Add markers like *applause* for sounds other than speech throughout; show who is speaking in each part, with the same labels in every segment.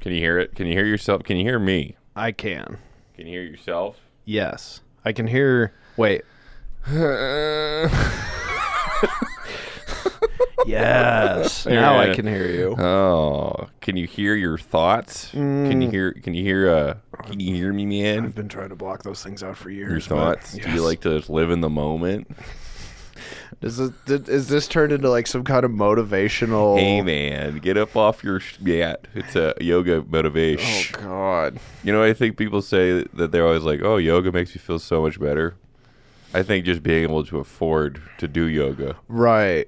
Speaker 1: Can you hear it? Can you hear yourself? Can you hear me?
Speaker 2: I can.
Speaker 1: Can you hear yourself?
Speaker 2: Yes. I can hear.
Speaker 1: *laughs*
Speaker 2: Wait. Yes. now I
Speaker 1: Yeah.
Speaker 2: can hear you.
Speaker 1: oh, can you hear your thoughts? Can you hear? Can you hear? Uh, can you hear me, man?
Speaker 2: I've been trying to block those things out for
Speaker 1: Your
Speaker 2: years. but-
Speaker 1: thoughts? Do you like to just live in the moment?
Speaker 2: Does this, did- is this turned into like some kind of motivational?
Speaker 1: Hey, man, get up off your sh- yeah. It's a yoga
Speaker 2: Oh
Speaker 1: motivation.
Speaker 2: God.
Speaker 1: You know, I think people say that they're always like, "Oh, yoga makes me feel so much better." I think just being able to afford to do yoga.
Speaker 2: Right.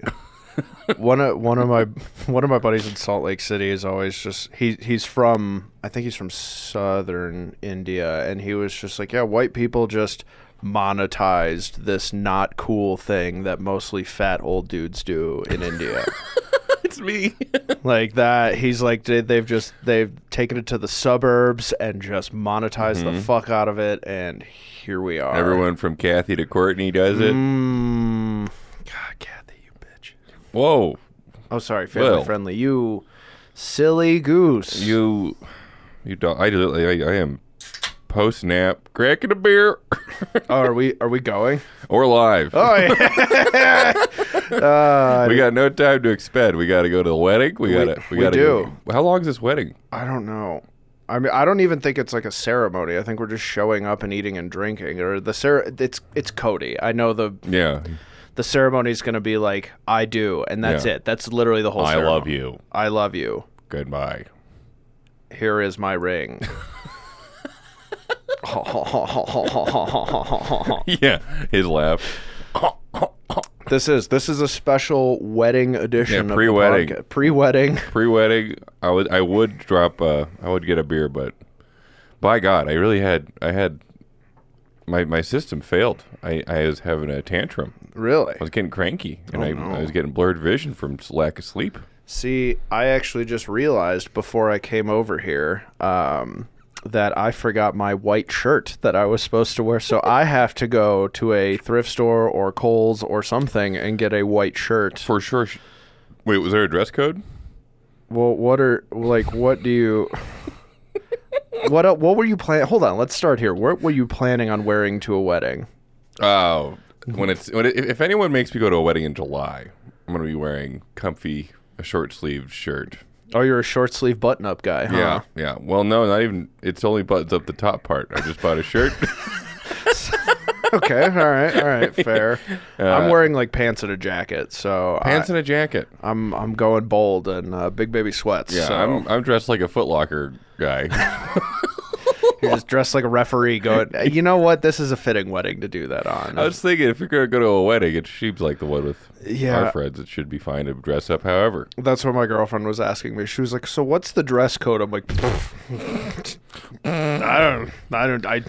Speaker 2: one of one of my one of my buddies in Salt Lake City is always just he he's from I think he's from southern India and he was just like yeah white people just monetized this not cool thing that mostly fat old dudes do in India.
Speaker 1: It's me.
Speaker 2: like that he's like they- they've just they've taken it to the suburbs and just monetized the fuck out of it and here we are.
Speaker 1: Everyone from Kathy to Courtney does it.
Speaker 2: Mm. God, Kathy, you bitch.
Speaker 1: Whoa,
Speaker 2: Oh, sorry, family
Speaker 1: Well.
Speaker 2: friendly. You silly goose.
Speaker 1: you, you don't. I do. I, I am post nap, cracking a beer, *laughs*
Speaker 2: Oh, are we are we going?
Speaker 1: or live.
Speaker 2: *laughs* Oh, yeah.
Speaker 1: *laughs* we got no time to expend. We got to go to the wedding. We got to. We,
Speaker 2: we
Speaker 1: got to
Speaker 2: do.
Speaker 1: Go. How long is this wedding?
Speaker 2: I don't know. I mean, I don't even think it's like a ceremony. I think we're just showing up and eating and drinking. Or the cer- it's it's Cody. I know the
Speaker 1: Yeah,
Speaker 2: the ceremony is going to be like I do, and that's
Speaker 1: Yeah.
Speaker 2: it. That's literally the whole.
Speaker 1: I
Speaker 2: ceremony.
Speaker 1: love you.
Speaker 2: I love you.
Speaker 1: Goodbye.
Speaker 2: Here is my ring.
Speaker 1: *laughs* Yeah, his laugh.
Speaker 2: This is this is a special wedding edition.
Speaker 1: Yeah,
Speaker 2: of
Speaker 1: pre-wedding.
Speaker 2: the podcast. pre-wedding. *laughs*
Speaker 1: Pre-wedding, I would I would drop uh I would get a beer, but by God, I really had I had my my system failed. I I was having a tantrum.
Speaker 2: Really?
Speaker 1: I was getting cranky,
Speaker 2: Oh,
Speaker 1: and I, I was getting blurred vision from s- lack of sleep.
Speaker 2: See, I actually just realized before I came over here um, that I forgot my white shirt that I was supposed to wear. So I have to go to a thrift store or Kohl's or something and get a white shirt.
Speaker 1: For sure. sh- Wait, was there a dress code?
Speaker 2: Well, what are like? What do you? What el- what were you planning? Hold on, let's start here. What were you planning on wearing to a wedding?
Speaker 1: Oh, when it's when it, if anyone makes me go to a wedding in July, I'm gonna be wearing comfy a short sleeved shirt.
Speaker 2: Oh, you're a short sleeve button up guy, huh?
Speaker 1: Yeah, yeah. Well, no, not even. It's only buttons up the top part. I just bought a *laughs* shirt.
Speaker 2: Okay, all right,
Speaker 1: *laughs*
Speaker 2: all right, fair. I'm wearing like pants and a jacket, so I-
Speaker 1: Uh, pants and a jacket.
Speaker 2: I'm I'm going bold and uh, big baby sweats.
Speaker 1: Yeah,
Speaker 2: so
Speaker 1: I'm I'm dressed like a Footlocker *laughs* guy.
Speaker 2: you're just dressed like a referee.
Speaker 1: *laughs*
Speaker 2: Going, you know what? This is a fitting wedding to do that on.
Speaker 1: I was thinking if you're gonna go to a wedding, it seems like the one with
Speaker 2: Yeah.
Speaker 1: our friends. It should be fine to dress up. However,
Speaker 2: That's what my girlfriend was asking me. She was like, "So what's the dress code?" I'm like, *laughs* "I don't, I don't, I,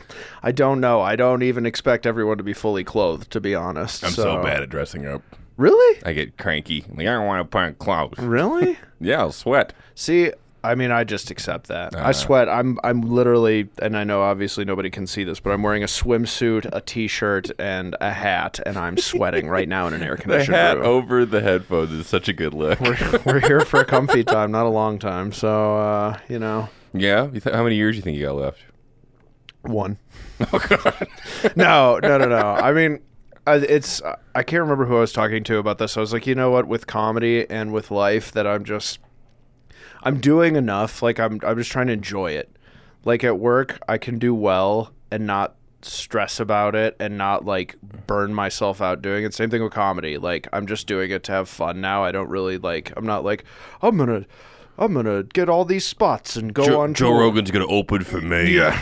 Speaker 2: I don't know. I don't even expect everyone to be fully clothed, to be honest."
Speaker 1: at dressing up.
Speaker 2: Really?
Speaker 1: I get cranky. I'm like I don't want to put on clothes.
Speaker 2: Really?
Speaker 1: Yeah, I'll sweat.
Speaker 2: See, I mean, I just accept that. I sweat. I'm I'm literally, and I know obviously nobody can see this, but I'm wearing a swimsuit, a t-shirt, and a hat, and I'm sweating right now in an
Speaker 1: *laughs*
Speaker 2: air
Speaker 1: The
Speaker 2: conditioned
Speaker 1: hat
Speaker 2: room.
Speaker 1: over the headphones is such a good look. *laughs*
Speaker 2: We're here for a comfy time, not a long time. So uh, you know,
Speaker 1: yeah, you th- how many years do you think you got left?
Speaker 2: one. *laughs* Oh God! *laughs* no, no, no, no. I mean. I- It's I can't remember who I was talking to about this. I was like, you know what, with comedy and with life, that I'm just I'm doing enough. Like I'm I'm just trying to enjoy it. Like at work, I can do well and not stress about it and not like burn myself out doing it. Same thing with comedy. Like I'm just doing it to have fun now. I don't really like I'm not like I'm going to I'm going to get all these spots and go on tour.
Speaker 1: gonna open for me. Yeah,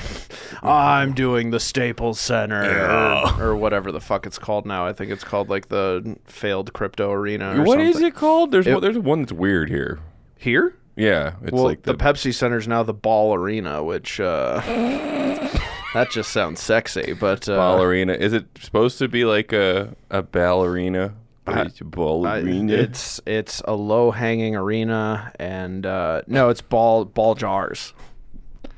Speaker 2: I'm doing the Staples Center or, or whatever the fuck it's called now. I think it's called like the failed crypto arena or
Speaker 1: What
Speaker 2: something.
Speaker 1: is it called? There's one, there's one that's weird here.
Speaker 2: Here?
Speaker 1: Yeah, it's
Speaker 2: Well,
Speaker 1: like
Speaker 2: the,
Speaker 1: the,
Speaker 2: Pepsi Center is now the Ball Arena, which uh, *laughs* that just sounds sexy. But uh,
Speaker 1: ballerina. Is it supposed to be like a a ballerina? It's a
Speaker 2: I-
Speaker 1: ballerina.
Speaker 2: it's it's a low hanging arena, and uh, no, it's ball ball jars.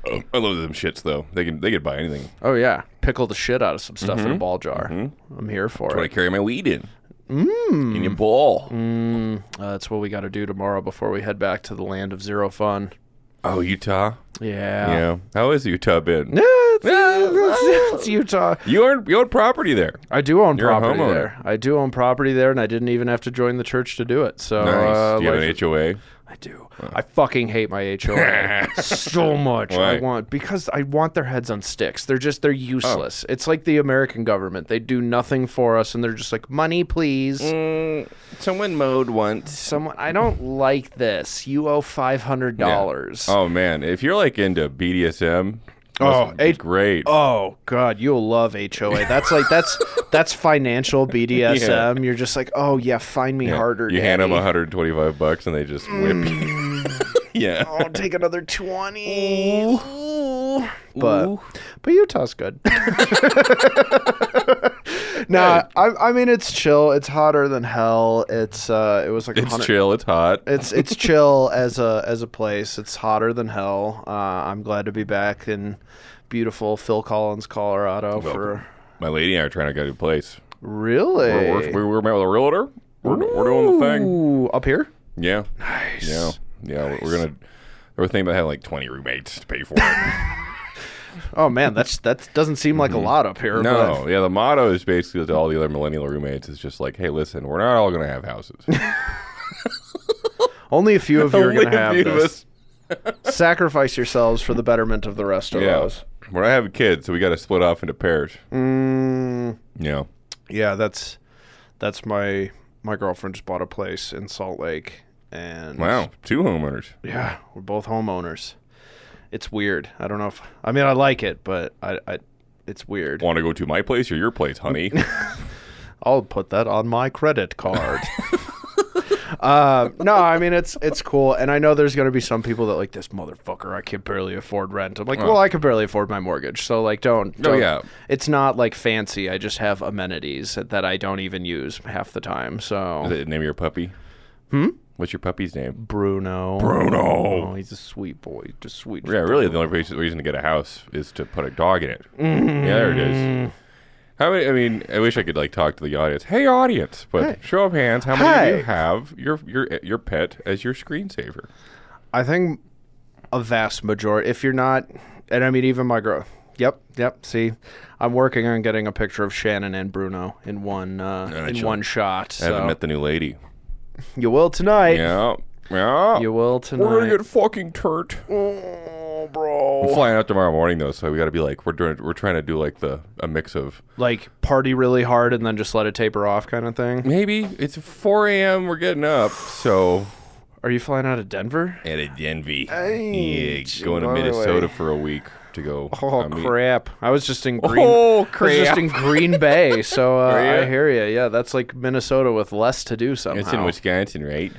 Speaker 1: I love them shits though. They can they can buy anything.
Speaker 2: Oh yeah, pickle the shit out of some stuff in a ball jar. I'm here for
Speaker 1: But I
Speaker 2: it.
Speaker 1: carry my weed in. Mm. In your ball.
Speaker 2: Uh, that's what we got to do tomorrow before we head back to the land of zero fun.
Speaker 1: Oh, Utah.
Speaker 2: Yeah.
Speaker 1: Yeah. How is Utah been?
Speaker 2: Yeah, it's, it's- it's Utah.
Speaker 1: You own you own property there.
Speaker 2: I do own
Speaker 1: You're a
Speaker 2: property
Speaker 1: homeowner.
Speaker 2: there. I do own property there, and I didn't even have to join the church to do it. So
Speaker 1: Nice.
Speaker 2: uh,
Speaker 1: do you have
Speaker 2: life-
Speaker 1: an HOA?
Speaker 2: I do. I fucking hate
Speaker 1: *laughs*
Speaker 2: my HOA so much.
Speaker 1: Why? Oh.
Speaker 2: I want because I want their heads on sticks. They're just they're useless. It's like the American government. They do nothing for us, and they're just like money, please.
Speaker 1: Mm. someone mowed once.
Speaker 2: Someone, I don't like this. You owe five hundred dollars.
Speaker 1: Oh man, if you're like into BDSM,
Speaker 2: Oh,
Speaker 1: must be
Speaker 2: it-
Speaker 1: great.
Speaker 2: Oh God, you'll love HOA. That's like
Speaker 1: *laughs*
Speaker 2: that's that's financial BDSM. You're just like, oh yeah, find me harder.
Speaker 1: You hand them
Speaker 2: daddy. Mm.
Speaker 1: 125 bucks and they just whip you. *laughs* yeah.
Speaker 2: I'll take another twenty. Ooh. But but Utah's
Speaker 1: *laughs*
Speaker 2: good. nah, I, I mean it's chill. It's hotter than hell. It's uh, it was like a
Speaker 1: It's
Speaker 2: hundred-
Speaker 1: chill. It's hot. *laughs*
Speaker 2: It's it's chill as a as a place. It's hotter than hell. Uh, I'm glad to be back in beautiful Phil Collins, Colorado. For
Speaker 1: My lady and I are trying to get a place.
Speaker 2: really,
Speaker 1: We're, we're, we were met with a realtor. We're, we're doing the thing.
Speaker 2: Ooh, up here.
Speaker 1: Yeah. Nice. Yeah. Yeah. we're- We're gonna. We're thinking about having like 20 roommates to
Speaker 2: *laughs*
Speaker 1: pay for it.
Speaker 2: Oh man, that's that doesn't seem like a lot up here.
Speaker 1: no. Yeah. The motto is basically to all the other millennial roommates is just like, hey, listen, we're not all gonna have
Speaker 2: *laughs*
Speaker 1: houses.
Speaker 2: but only a few of you
Speaker 1: *laughs*
Speaker 2: are
Speaker 1: Only
Speaker 2: gonna
Speaker 1: a
Speaker 2: have
Speaker 1: few of
Speaker 2: this.
Speaker 1: us. *laughs*
Speaker 2: Sacrifice yourselves for the betterment of the rest of
Speaker 1: Yeah.
Speaker 2: us.
Speaker 1: We're not having kids, so we got to split off into pairs.
Speaker 2: Mm,
Speaker 1: Yeah.
Speaker 2: yeah, that's that's my my girlfriend just bought a place in Salt Lake, and
Speaker 1: Wow. Two homeowners.
Speaker 2: Yeah, we're both homeowners. It's weird. I don't know if I mean I like it, but I, I it's weird.
Speaker 1: Want to go to my place or your place, *laughs* honey?
Speaker 2: I'll put that on my credit card. *laughs* uh, no, I mean it's it's cool, and I know there's gonna be some people that like this motherfucker. I can barely afford rent. I'm like, well, I can barely afford my mortgage, so like, don't.
Speaker 1: Oh,
Speaker 2: don't-
Speaker 1: yeah.
Speaker 2: It's not like fancy. I just have amenities that I don't even use half the time. So
Speaker 1: Is it the name of your puppy? Hmm? What's your puppy's name?
Speaker 2: Bruno,
Speaker 1: Bruno.
Speaker 2: oh, he's a sweet boy, just sweet.
Speaker 1: Yeah, really, the only reason reason to get a house is to put a dog in it. Yeah, there it is. How many? I mean, I wish I could like talk to the audience. Hey, audience! But show of hands, how many of
Speaker 2: Hey.
Speaker 1: you have your your your pet as your screensaver?
Speaker 2: I think a vast majority. If you're not, and I mean even my girl. Yep, yep. See, I'm working on getting a picture of Shannon and Bruno in one uh,
Speaker 1: I
Speaker 2: in
Speaker 1: should-
Speaker 2: one shot.
Speaker 1: I haven't
Speaker 2: So
Speaker 1: met the new lady.
Speaker 2: you will tonight.
Speaker 1: Yeah, yeah.
Speaker 2: You will
Speaker 1: We're gonna
Speaker 2: tonight.
Speaker 1: get fucking turned.
Speaker 2: oh, bro.
Speaker 1: Flying out tomorrow morning though, so we got to be like we're doing we're trying to do like the a mix of
Speaker 2: Like party really hard and then just let it taper off, kind of thing.
Speaker 1: maybe it's 4 a.m. We're getting up, so
Speaker 2: Are you flying out of Denver?
Speaker 1: at a Denby.
Speaker 2: Hey,
Speaker 1: yeah, going to
Speaker 2: by the
Speaker 1: Minnesota
Speaker 2: way.
Speaker 1: for a week to go.
Speaker 2: Oh
Speaker 1: I mean,
Speaker 2: crap! I was just in Green.
Speaker 1: Oh,
Speaker 2: I was just in Green
Speaker 1: *laughs*
Speaker 2: Bay, so uh,
Speaker 1: Were ya?
Speaker 2: I hear you. Yeah, that's like Minnesota with less to do somehow.
Speaker 1: It's in Wisconsin, right?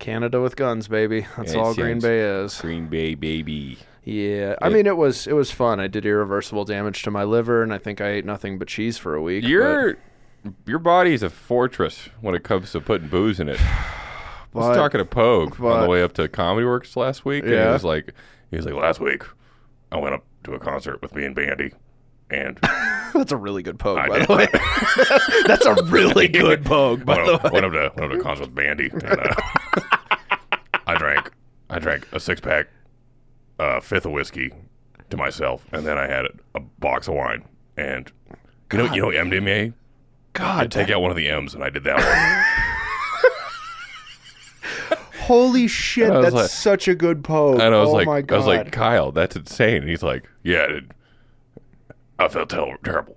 Speaker 2: Canada with guns, baby. That's
Speaker 1: Yeah, it
Speaker 2: all Green
Speaker 1: sounds-
Speaker 2: Bay is.
Speaker 1: Green Bay, baby.
Speaker 2: Yeah, I mean it was it was fun. I did irreversible damage to my liver, and I think I ate nothing but cheese for a week.
Speaker 1: Your your body is a fortress when it comes to putting booze in it. I was
Speaker 2: But-
Speaker 1: talking to Pogue on
Speaker 2: but-
Speaker 1: the way up to Comedy Works last week, and he
Speaker 2: Yeah.
Speaker 1: was like, he was like, last week I went up to a concert with me and Bandy,
Speaker 2: *laughs*
Speaker 1: and
Speaker 2: but- *laughs* that's a really good poke, by the way. *laughs* that's a
Speaker 1: *laughs*
Speaker 2: really good poke, by
Speaker 1: went
Speaker 2: the way.
Speaker 1: up, went up to went up to a concert with Bandy, and uh, I drank I drank a six pack, uh, fifth of whiskey to myself, and then I had a box of wine, and you know you know MDMA.
Speaker 2: God,
Speaker 1: Take out one of the M's, and I did that one.
Speaker 2: holy shit,
Speaker 1: I was
Speaker 2: that's
Speaker 1: like-
Speaker 2: such a good poke.
Speaker 1: And I was
Speaker 2: oh
Speaker 1: like,
Speaker 2: my
Speaker 1: I
Speaker 2: god,
Speaker 1: was like, Kyle, that's insane. And he's like, Yeah, it, I felt ter- terrible.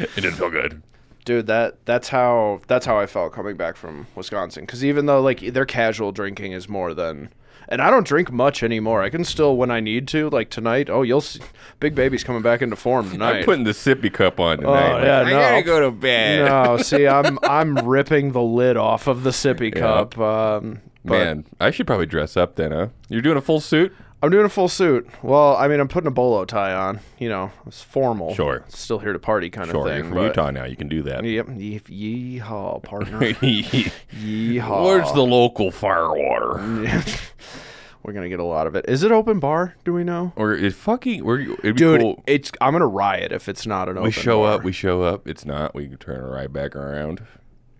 Speaker 1: it didn't feel good.
Speaker 2: dude, that that's how that's how I felt coming back from Wisconsin. Because even though like their casual drinking is more than. And I don't drink much anymore. I can still, when I need to, like tonight. Oh, you'll see, Big Baby's coming back
Speaker 1: *laughs*
Speaker 2: into form tonight.
Speaker 1: I'm putting the sippy cup on tonight. Like,
Speaker 2: Oh, yeah,
Speaker 1: I
Speaker 2: no.
Speaker 1: gotta go to bed.
Speaker 2: No,
Speaker 1: *laughs*
Speaker 2: see, I'm I'm ripping the lid off of the sippy cup. Um, but
Speaker 1: Man, I should probably dress up then, huh? You're doing a full suit?
Speaker 2: I'm doing a full suit. Well, I mean, I'm putting a bolo tie on. You know, it's formal.
Speaker 1: Sure.
Speaker 2: still here to party kind
Speaker 1: Sure,
Speaker 2: of thing.
Speaker 1: you're from
Speaker 2: but-
Speaker 1: Utah now. You can do
Speaker 2: *laughs*
Speaker 1: that. *laughs*
Speaker 2: Yep. Ye- Yeehaw, partner.
Speaker 1: Where's
Speaker 2: Yeehaw.
Speaker 1: the local
Speaker 2: Mm.
Speaker 1: firewater?
Speaker 2: *laughs* We're gonna get a lot of it. Is it open bar? Do we know?
Speaker 1: Or it fucking? Or it'd be
Speaker 2: Dude,
Speaker 1: cool.
Speaker 2: it's I'm gonna riot if it's not an open.
Speaker 1: We show
Speaker 2: bar.
Speaker 1: up. We show up. It's not. We turn right back around.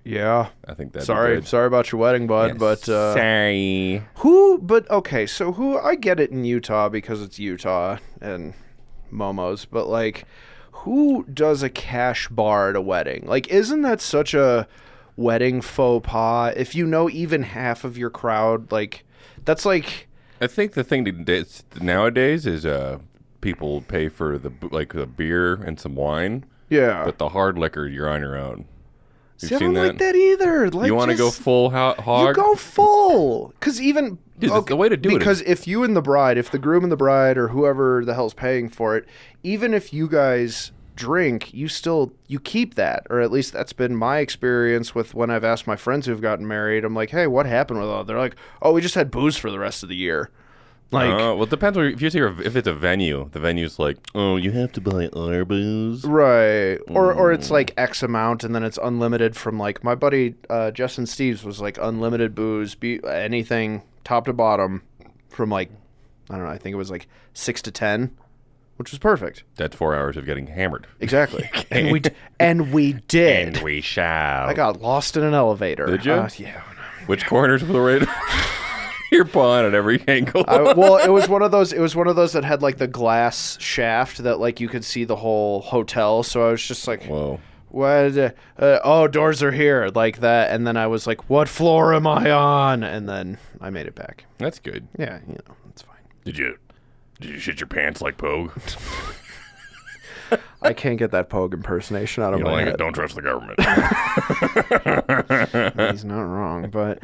Speaker 2: Yeah.
Speaker 1: I think that's
Speaker 2: Sorry, sorry about your wedding, bud. But uh,
Speaker 1: sorry.
Speaker 2: who? But okay, so who? I get it in Utah because it's Utah and momos. But like, who does a cash bar at a wedding? Like, isn't that such a wedding faux pas? If you know even half of your crowd, like, that's like.
Speaker 1: I think the thing to, that's nowadays is uh, people pay for the b- like the beer and some wine,
Speaker 2: Yeah,
Speaker 1: but the hard liquor you're on your own. You've
Speaker 2: See, I
Speaker 1: seen
Speaker 2: don't
Speaker 1: that?
Speaker 2: like that either. Like,
Speaker 1: you want to go
Speaker 2: just-
Speaker 1: full ho- hog?
Speaker 2: You go full, because even
Speaker 1: Dude, that's the way to do it.
Speaker 2: because if you and the bride, if the groom and the bride, or whoever the hell's paying for it, even if you guys drink, you still you keep that, or at least that's been my experience with when I've asked my friends who've gotten married. I'm like, hey, what happened with all? They're like, oh, we just had booze for the rest of the year. Like,
Speaker 1: Uh, well, it depends. Where, if you are if it's a venue, the venue's like, oh, you have to buy our booze.
Speaker 2: Right. Or or it's like X amount and then it's unlimited from like my buddy uh, Justin Steves was like unlimited booze, be anything top to bottom from like I don't know, I think it was like 6 to 10, which was perfect.
Speaker 1: That's four hours of getting hammered.
Speaker 2: Exactly. and we d- and we did.
Speaker 1: we shall.
Speaker 2: I got lost in an elevator.
Speaker 1: Did you?
Speaker 2: Uh, yeah.
Speaker 1: Which corners of the raid? *laughs* You're pawing at every angle.
Speaker 2: I, well, it was one of those. It was one of those that had like the glass shaft that like you could see the whole hotel. So I was just like,
Speaker 1: *laughs* Whoa.
Speaker 2: what uh, oh doors are here like that and then i was like what floor am i on and then i made it back
Speaker 1: That's good.
Speaker 2: yeah you know it's fine
Speaker 1: Did you did you shit your pants like Pogue?
Speaker 2: i can't get that pogue impersonation out of
Speaker 1: You
Speaker 2: my
Speaker 1: don't like
Speaker 2: head
Speaker 1: it? Don't trust the government.
Speaker 2: he's not wrong but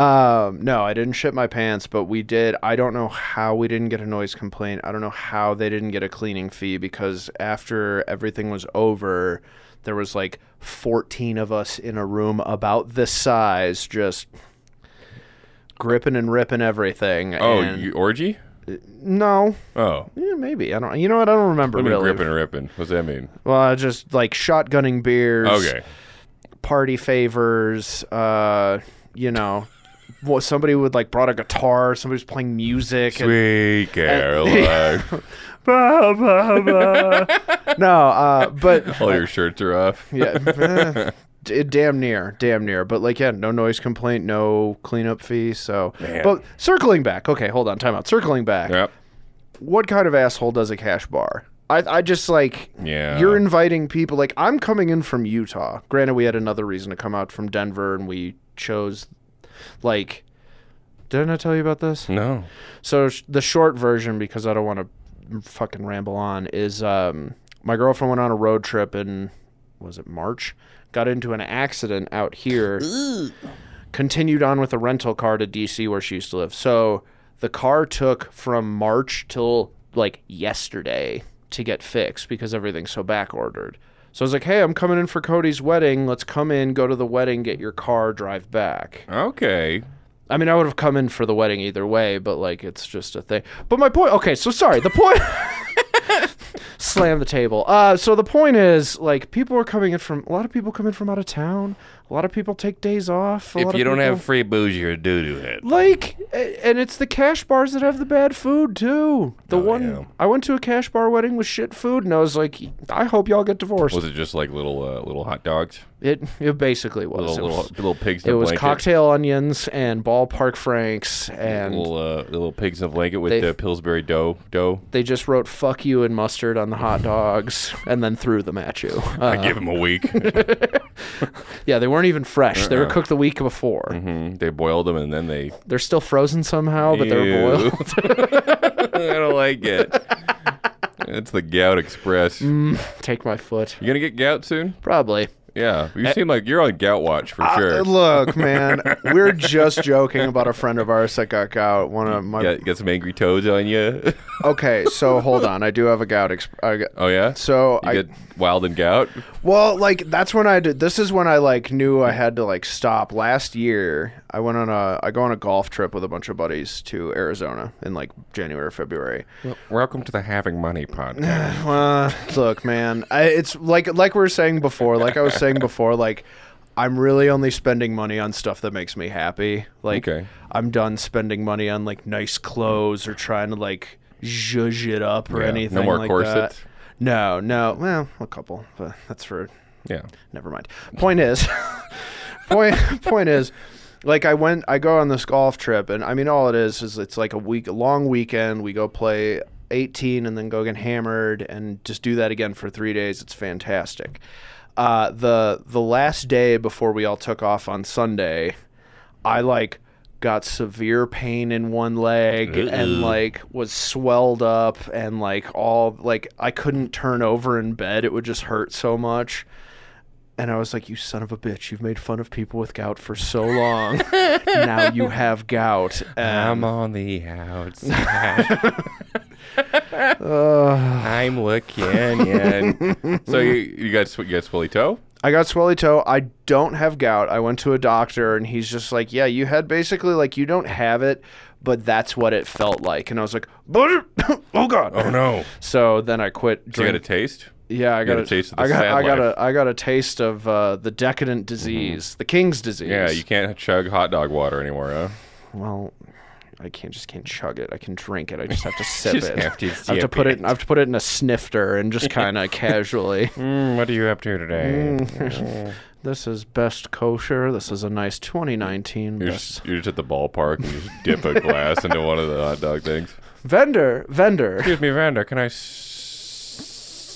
Speaker 2: um no i didn't shit my pants but we did i don't know how we didn't get a noise complaint i don't know how they didn't get a cleaning fee because after everything was over there was like 14 of us in a room about this size just gripping and ripping everything
Speaker 1: oh,
Speaker 2: and-
Speaker 1: you orgy?
Speaker 2: No,
Speaker 1: Oh.
Speaker 2: yeah, maybe I don't. You know what? I don't remember
Speaker 1: I mean,
Speaker 2: really.
Speaker 1: gripping and ripping. What's that mean?
Speaker 2: Well, I just like shotgunning beers,
Speaker 1: Okay.
Speaker 2: party favors. Uh, you know, well, somebody would like brought a guitar. Somebody was playing music. and-
Speaker 1: Sweet Caroline.
Speaker 2: *laughs* Bah, bah, bah. *laughs* no, uh, but
Speaker 1: All your shirts are off.
Speaker 2: yeah, *laughs* eh, d- damn near, damn near. But like, yeah, no noise complaint, no cleanup fee. So,
Speaker 1: Man.
Speaker 2: but circling back. Okay, hold on, time out. Circling back.
Speaker 1: Yep.
Speaker 2: what kind of asshole does a cash bar? I, I just like
Speaker 1: Yeah.
Speaker 2: you're inviting people like I'm coming in from Utah. Granted, we had another reason to come out from Denver, and we chose like didn't I tell you about this?
Speaker 1: No.
Speaker 2: So sh- the short version, because I don't want to fucking ramble on, is um, my girlfriend went on a road trip in was it March? Got into an accident out here. Continued on with a rental car to DC where she used to live. So the car took from March till like yesterday to get fixed because everything's so back ordered. So I was like, "Hey, I'm coming in for Cody's wedding. Let's come in, go to the wedding, get your car, drive back."
Speaker 1: Okay.
Speaker 2: I mean, I would have come in for the wedding either way, but like, it's just a thing. But my point, okay, so sorry, the point. *laughs* Slam the table. Uh, so the point is, like, people are coming in from a lot of people come in from out of town. A lot of people take days off. a lot
Speaker 1: If
Speaker 2: of
Speaker 1: you don't
Speaker 2: people-
Speaker 1: have free booze, you're a doo doo head.
Speaker 2: like, a- and it's the cash bars that have the bad food too. The one
Speaker 1: Oh, yeah.
Speaker 2: I went to a cash bar wedding with shit food, and I was like, I hope y'all get divorced.
Speaker 1: Was it just like little uh, little hot dogs?
Speaker 2: it it basically was.
Speaker 1: Little
Speaker 2: it
Speaker 1: little,
Speaker 2: was,
Speaker 1: little pigs in
Speaker 2: it
Speaker 1: a
Speaker 2: was
Speaker 1: blanket.
Speaker 2: cocktail onions and ballpark franks and
Speaker 1: Little uh, little pigs in a blanket with
Speaker 2: They-
Speaker 1: the Pillsbury dough dough.
Speaker 2: they just wrote "fuck you" and mustard on the hot dogs, and then threw them at you. Uh,
Speaker 1: Mm-hmm. *laughs* I give them a week.
Speaker 2: yeah, they weren't even fresh; they were
Speaker 1: Uh-uh.
Speaker 2: cooked the week before.
Speaker 1: Mhm. They boiled them and then they. *laughs*
Speaker 2: They're still frozen somehow, but they're
Speaker 1: Ew.
Speaker 2: boiled. *laughs*
Speaker 1: I don't like it. It's the gout express.
Speaker 2: Mm. Take my foot,
Speaker 1: You gonna get gout soon?
Speaker 2: probably.
Speaker 1: Yeah, you
Speaker 2: Eh.
Speaker 1: seem like you're on gout watch for sure.
Speaker 2: Uh,
Speaker 1: *laughs*
Speaker 2: look, man, we're just joking about a friend of ours that got gout. One of my
Speaker 1: Got, got some angry toes on you.
Speaker 2: okay, so hold on, I do have a gout. Exp- I got-
Speaker 1: *laughs* oh yeah,
Speaker 2: so
Speaker 1: you
Speaker 2: I
Speaker 1: get wild and gout.
Speaker 2: Well, like that's when I did. This is when I like knew I had to like stop. Last year, I went on a I go on a golf trip with a bunch of buddies to Arizona in like January, February.
Speaker 1: Welcome to the Having Money *laughs* podcast.
Speaker 2: Well, look, man, I, it's like like we were saying before. Like I was saying before, like I'm really only spending money on stuff that makes me happy. Like
Speaker 1: Okay.
Speaker 2: I'm done spending money on like nice clothes or trying to like zhuzh it up or
Speaker 1: Yeah, no
Speaker 2: anything.
Speaker 1: more
Speaker 2: like
Speaker 1: corsets?
Speaker 2: That. No, no. Well, a couple, but that's for
Speaker 1: yeah,
Speaker 2: Never mind. Point is, *laughs* point point is like i went i go on this golf trip and i mean all it is is it's like a week a long weekend we go play 18 and then go get hammered and just do that again for three days it's fantastic uh, the the last day before we all took off on sunday i like got severe pain in one leg and like was swelled up and like all like i couldn't turn over in bed it would just hurt so much and I was like, "You son of a bitch! You've made fun of people with gout for so long. now
Speaker 3: *laughs*
Speaker 2: you have gout."
Speaker 1: I'm
Speaker 2: Um,
Speaker 1: on the outside. I'm looking in.
Speaker 3: *laughs* so you, you got sw- you got swilly toe.
Speaker 2: I got swelly toe. I don't have gout. I went to a doctor, and he's just like, "Yeah, you had basically like you don't have it, but that's what it felt like." And I was like, "But *laughs* oh god!"
Speaker 3: Oh no!
Speaker 2: So then I quit
Speaker 3: You got a
Speaker 2: drinking.
Speaker 3: taste.
Speaker 2: Yeah, I got,
Speaker 3: a taste of the
Speaker 2: I got,
Speaker 3: sad
Speaker 2: I got
Speaker 3: life. Mm-hmm.
Speaker 2: a, I got a taste of uh, the decadent disease, the king's disease.
Speaker 3: Yeah, you can't chug hot dog water anymore, huh?
Speaker 2: well I can't just can't chug it. I can drink it. I just *laughs* have to sip
Speaker 1: Just
Speaker 2: it.
Speaker 1: have to
Speaker 2: I have to
Speaker 1: sip
Speaker 2: put it.
Speaker 1: it.
Speaker 2: I have to put it in a snifter and *laughs* just kind of casually.
Speaker 1: Mm, what are you up to today?
Speaker 3: Mm.
Speaker 2: This is best kosher. This is a nice 2019
Speaker 3: You're
Speaker 2: best-
Speaker 3: just, you're just at the ballpark and you just dip a glass into one of the hot dog things.
Speaker 2: vendor. Vendor.
Speaker 1: Excuse me, Vanda, can I s-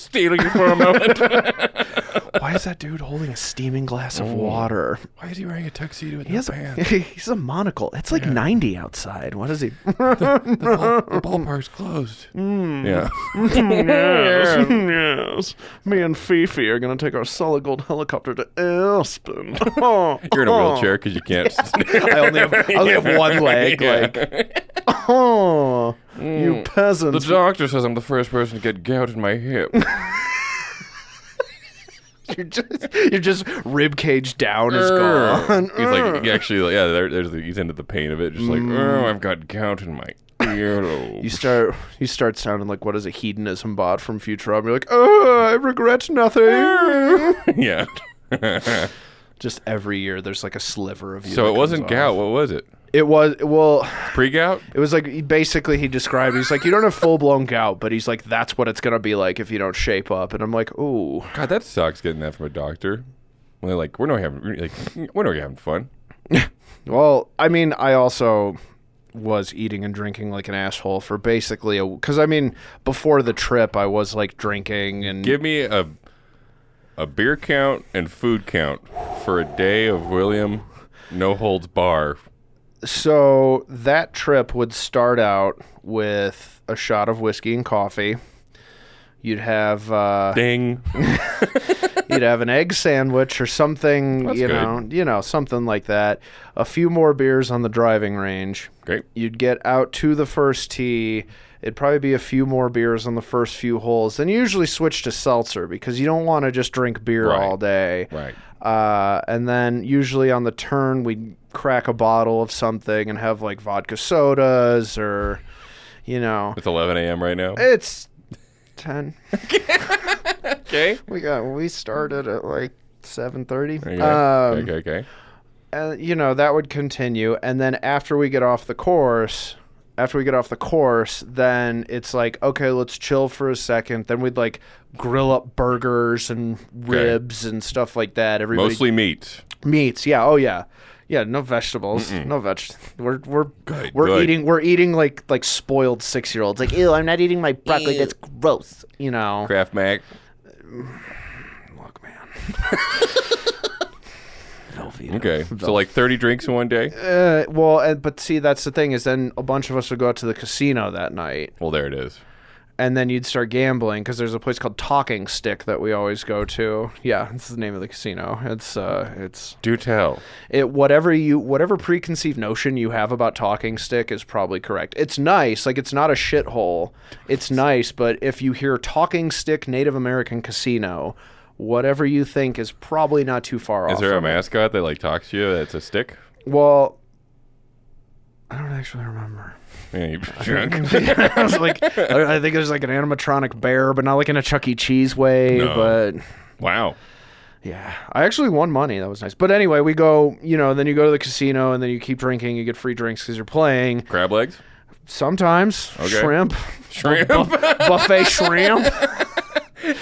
Speaker 1: steal you
Speaker 3: *laughs*
Speaker 1: for a moment?
Speaker 2: *laughs* Why is that dude holding a steaming glass of water?
Speaker 3: Why is he wearing a tuxedo with
Speaker 2: Mm. He has a, *laughs* he's a monocle. It's like 90 outside. What is he?
Speaker 3: The ballpark's closed. *laughs* Yeah.
Speaker 2: *laughs* yes, yes. Me and Fifi are gonna take our solid gold helicopter to *laughs* Aspen.
Speaker 1: *laughs*
Speaker 3: You're in a wheelchair because you can't.
Speaker 2: I only have, I only have *laughs* one
Speaker 3: *laughs*
Speaker 2: leg. Like, oh, you
Speaker 3: the
Speaker 2: peasants. *laughs*
Speaker 3: doctor says I'm the first person to get gout in my hip.
Speaker 2: You're just, you're just rib cage down is *laughs* gone.
Speaker 3: he's like, he actually, yeah, there, there's the, he's into the pain of it. Just like, oh, I've got gout in my *laughs* earlobe.
Speaker 2: Mm. *laughs* You start, you start sounding like what is a hedonism bot from Futurama? You're like, oh, I regret nothing.
Speaker 3: yeah.
Speaker 2: *laughs* just every year, there's like a sliver of you.
Speaker 3: so
Speaker 2: that
Speaker 3: it wasn't
Speaker 2: comes off.
Speaker 3: gout. What was it?
Speaker 2: It was well.
Speaker 3: Pre-gout?
Speaker 2: It was like he- basically he described. He's like, you don't have full blown gout, but he's like, that's what it's gonna be like if you don't shape up. And I'm like, ooh,
Speaker 3: God, that sucks getting that from a doctor. When they're like, we're not having, we're, like, we're not having fun.
Speaker 2: Well, I mean, I also was eating and drinking like an asshole for basically a because I mean, before the trip, I was like drinking and
Speaker 3: Give me a a beer count and food count for a day of William No Holds Bar.
Speaker 2: so that trip would start out with a shot of whiskey and coffee. You'd have
Speaker 3: *laughs*
Speaker 2: uh, *laughs*
Speaker 3: Ding.
Speaker 2: you'd have an egg sandwich or something, you
Speaker 3: good.
Speaker 2: know, you know, something like that. A few more beers on the driving range.
Speaker 3: Great.
Speaker 2: you'd get out to the first tee. It'd probably be a few more beers on the first few holes. Then you usually switch to seltzer because you don't want to just drink beer
Speaker 3: Right.
Speaker 2: all day.
Speaker 3: Right.
Speaker 2: Uh, and then usually on the turn, we'd crack a bottle of something and have like vodka sodas or, you know,
Speaker 3: It's 11 a.m. right now.
Speaker 2: it's 10.
Speaker 3: Okay.
Speaker 2: *laughs* We got, we started at like 7.30.
Speaker 3: Okay.
Speaker 2: Um,
Speaker 3: okay. Okay.
Speaker 2: and you know that would continue and then after we get off the course after we get off the course then it's like okay let's chill for a second then we'd like grill up burgers and ribs and stuff like that everybody
Speaker 3: Mostly meat.
Speaker 2: meats yeah oh yeah yeah no vegetables no veg we're we're we're
Speaker 3: good.
Speaker 2: eating we're eating like like spoiled 6 year olds like ew i'm not eating my broccoli that's gross you know
Speaker 3: Kraft
Speaker 1: *sighs*
Speaker 3: Mac.
Speaker 2: look man
Speaker 3: Okay. So like 30 drinks in one day.
Speaker 1: Eh.
Speaker 2: uh, well and, but see that's the thing is then a bunch of us would go out to the casino that night
Speaker 3: Well, there it is.
Speaker 2: and then you'd start gambling because there's a place called Talking Stick that we always go to. Yeah, it's the name of the casino. It's uh, it's
Speaker 3: Do tell.
Speaker 2: it whatever you whatever preconceived notion you have about Talking Stick is probably correct. It's nice, like it's not a shithole. It's nice, but if you hear Talking Stick Native American Casino, whatever you think is probably not too far
Speaker 3: Is
Speaker 2: off.
Speaker 3: there a mascot that like talks to you? That's a stick.
Speaker 2: well, I don't actually remember. *laughs*
Speaker 3: Yeah,
Speaker 1: *laughs*
Speaker 3: you drunk.
Speaker 2: I was like, I I think there's like an animatronic bear, but not like in a Chuck E. Cheese way.
Speaker 3: No.
Speaker 2: But
Speaker 3: wow.
Speaker 2: Yeah, I actually won money. That was nice. But anyway, we go, you know, then you go to the casino and then you keep drinking. You get free drinks because you're playing.
Speaker 3: Crab legs.
Speaker 1: Oh,
Speaker 2: Sometimes
Speaker 1: *laughs*
Speaker 3: Okay.
Speaker 2: shrimp,
Speaker 3: Shrimp.
Speaker 2: buffet shrimp.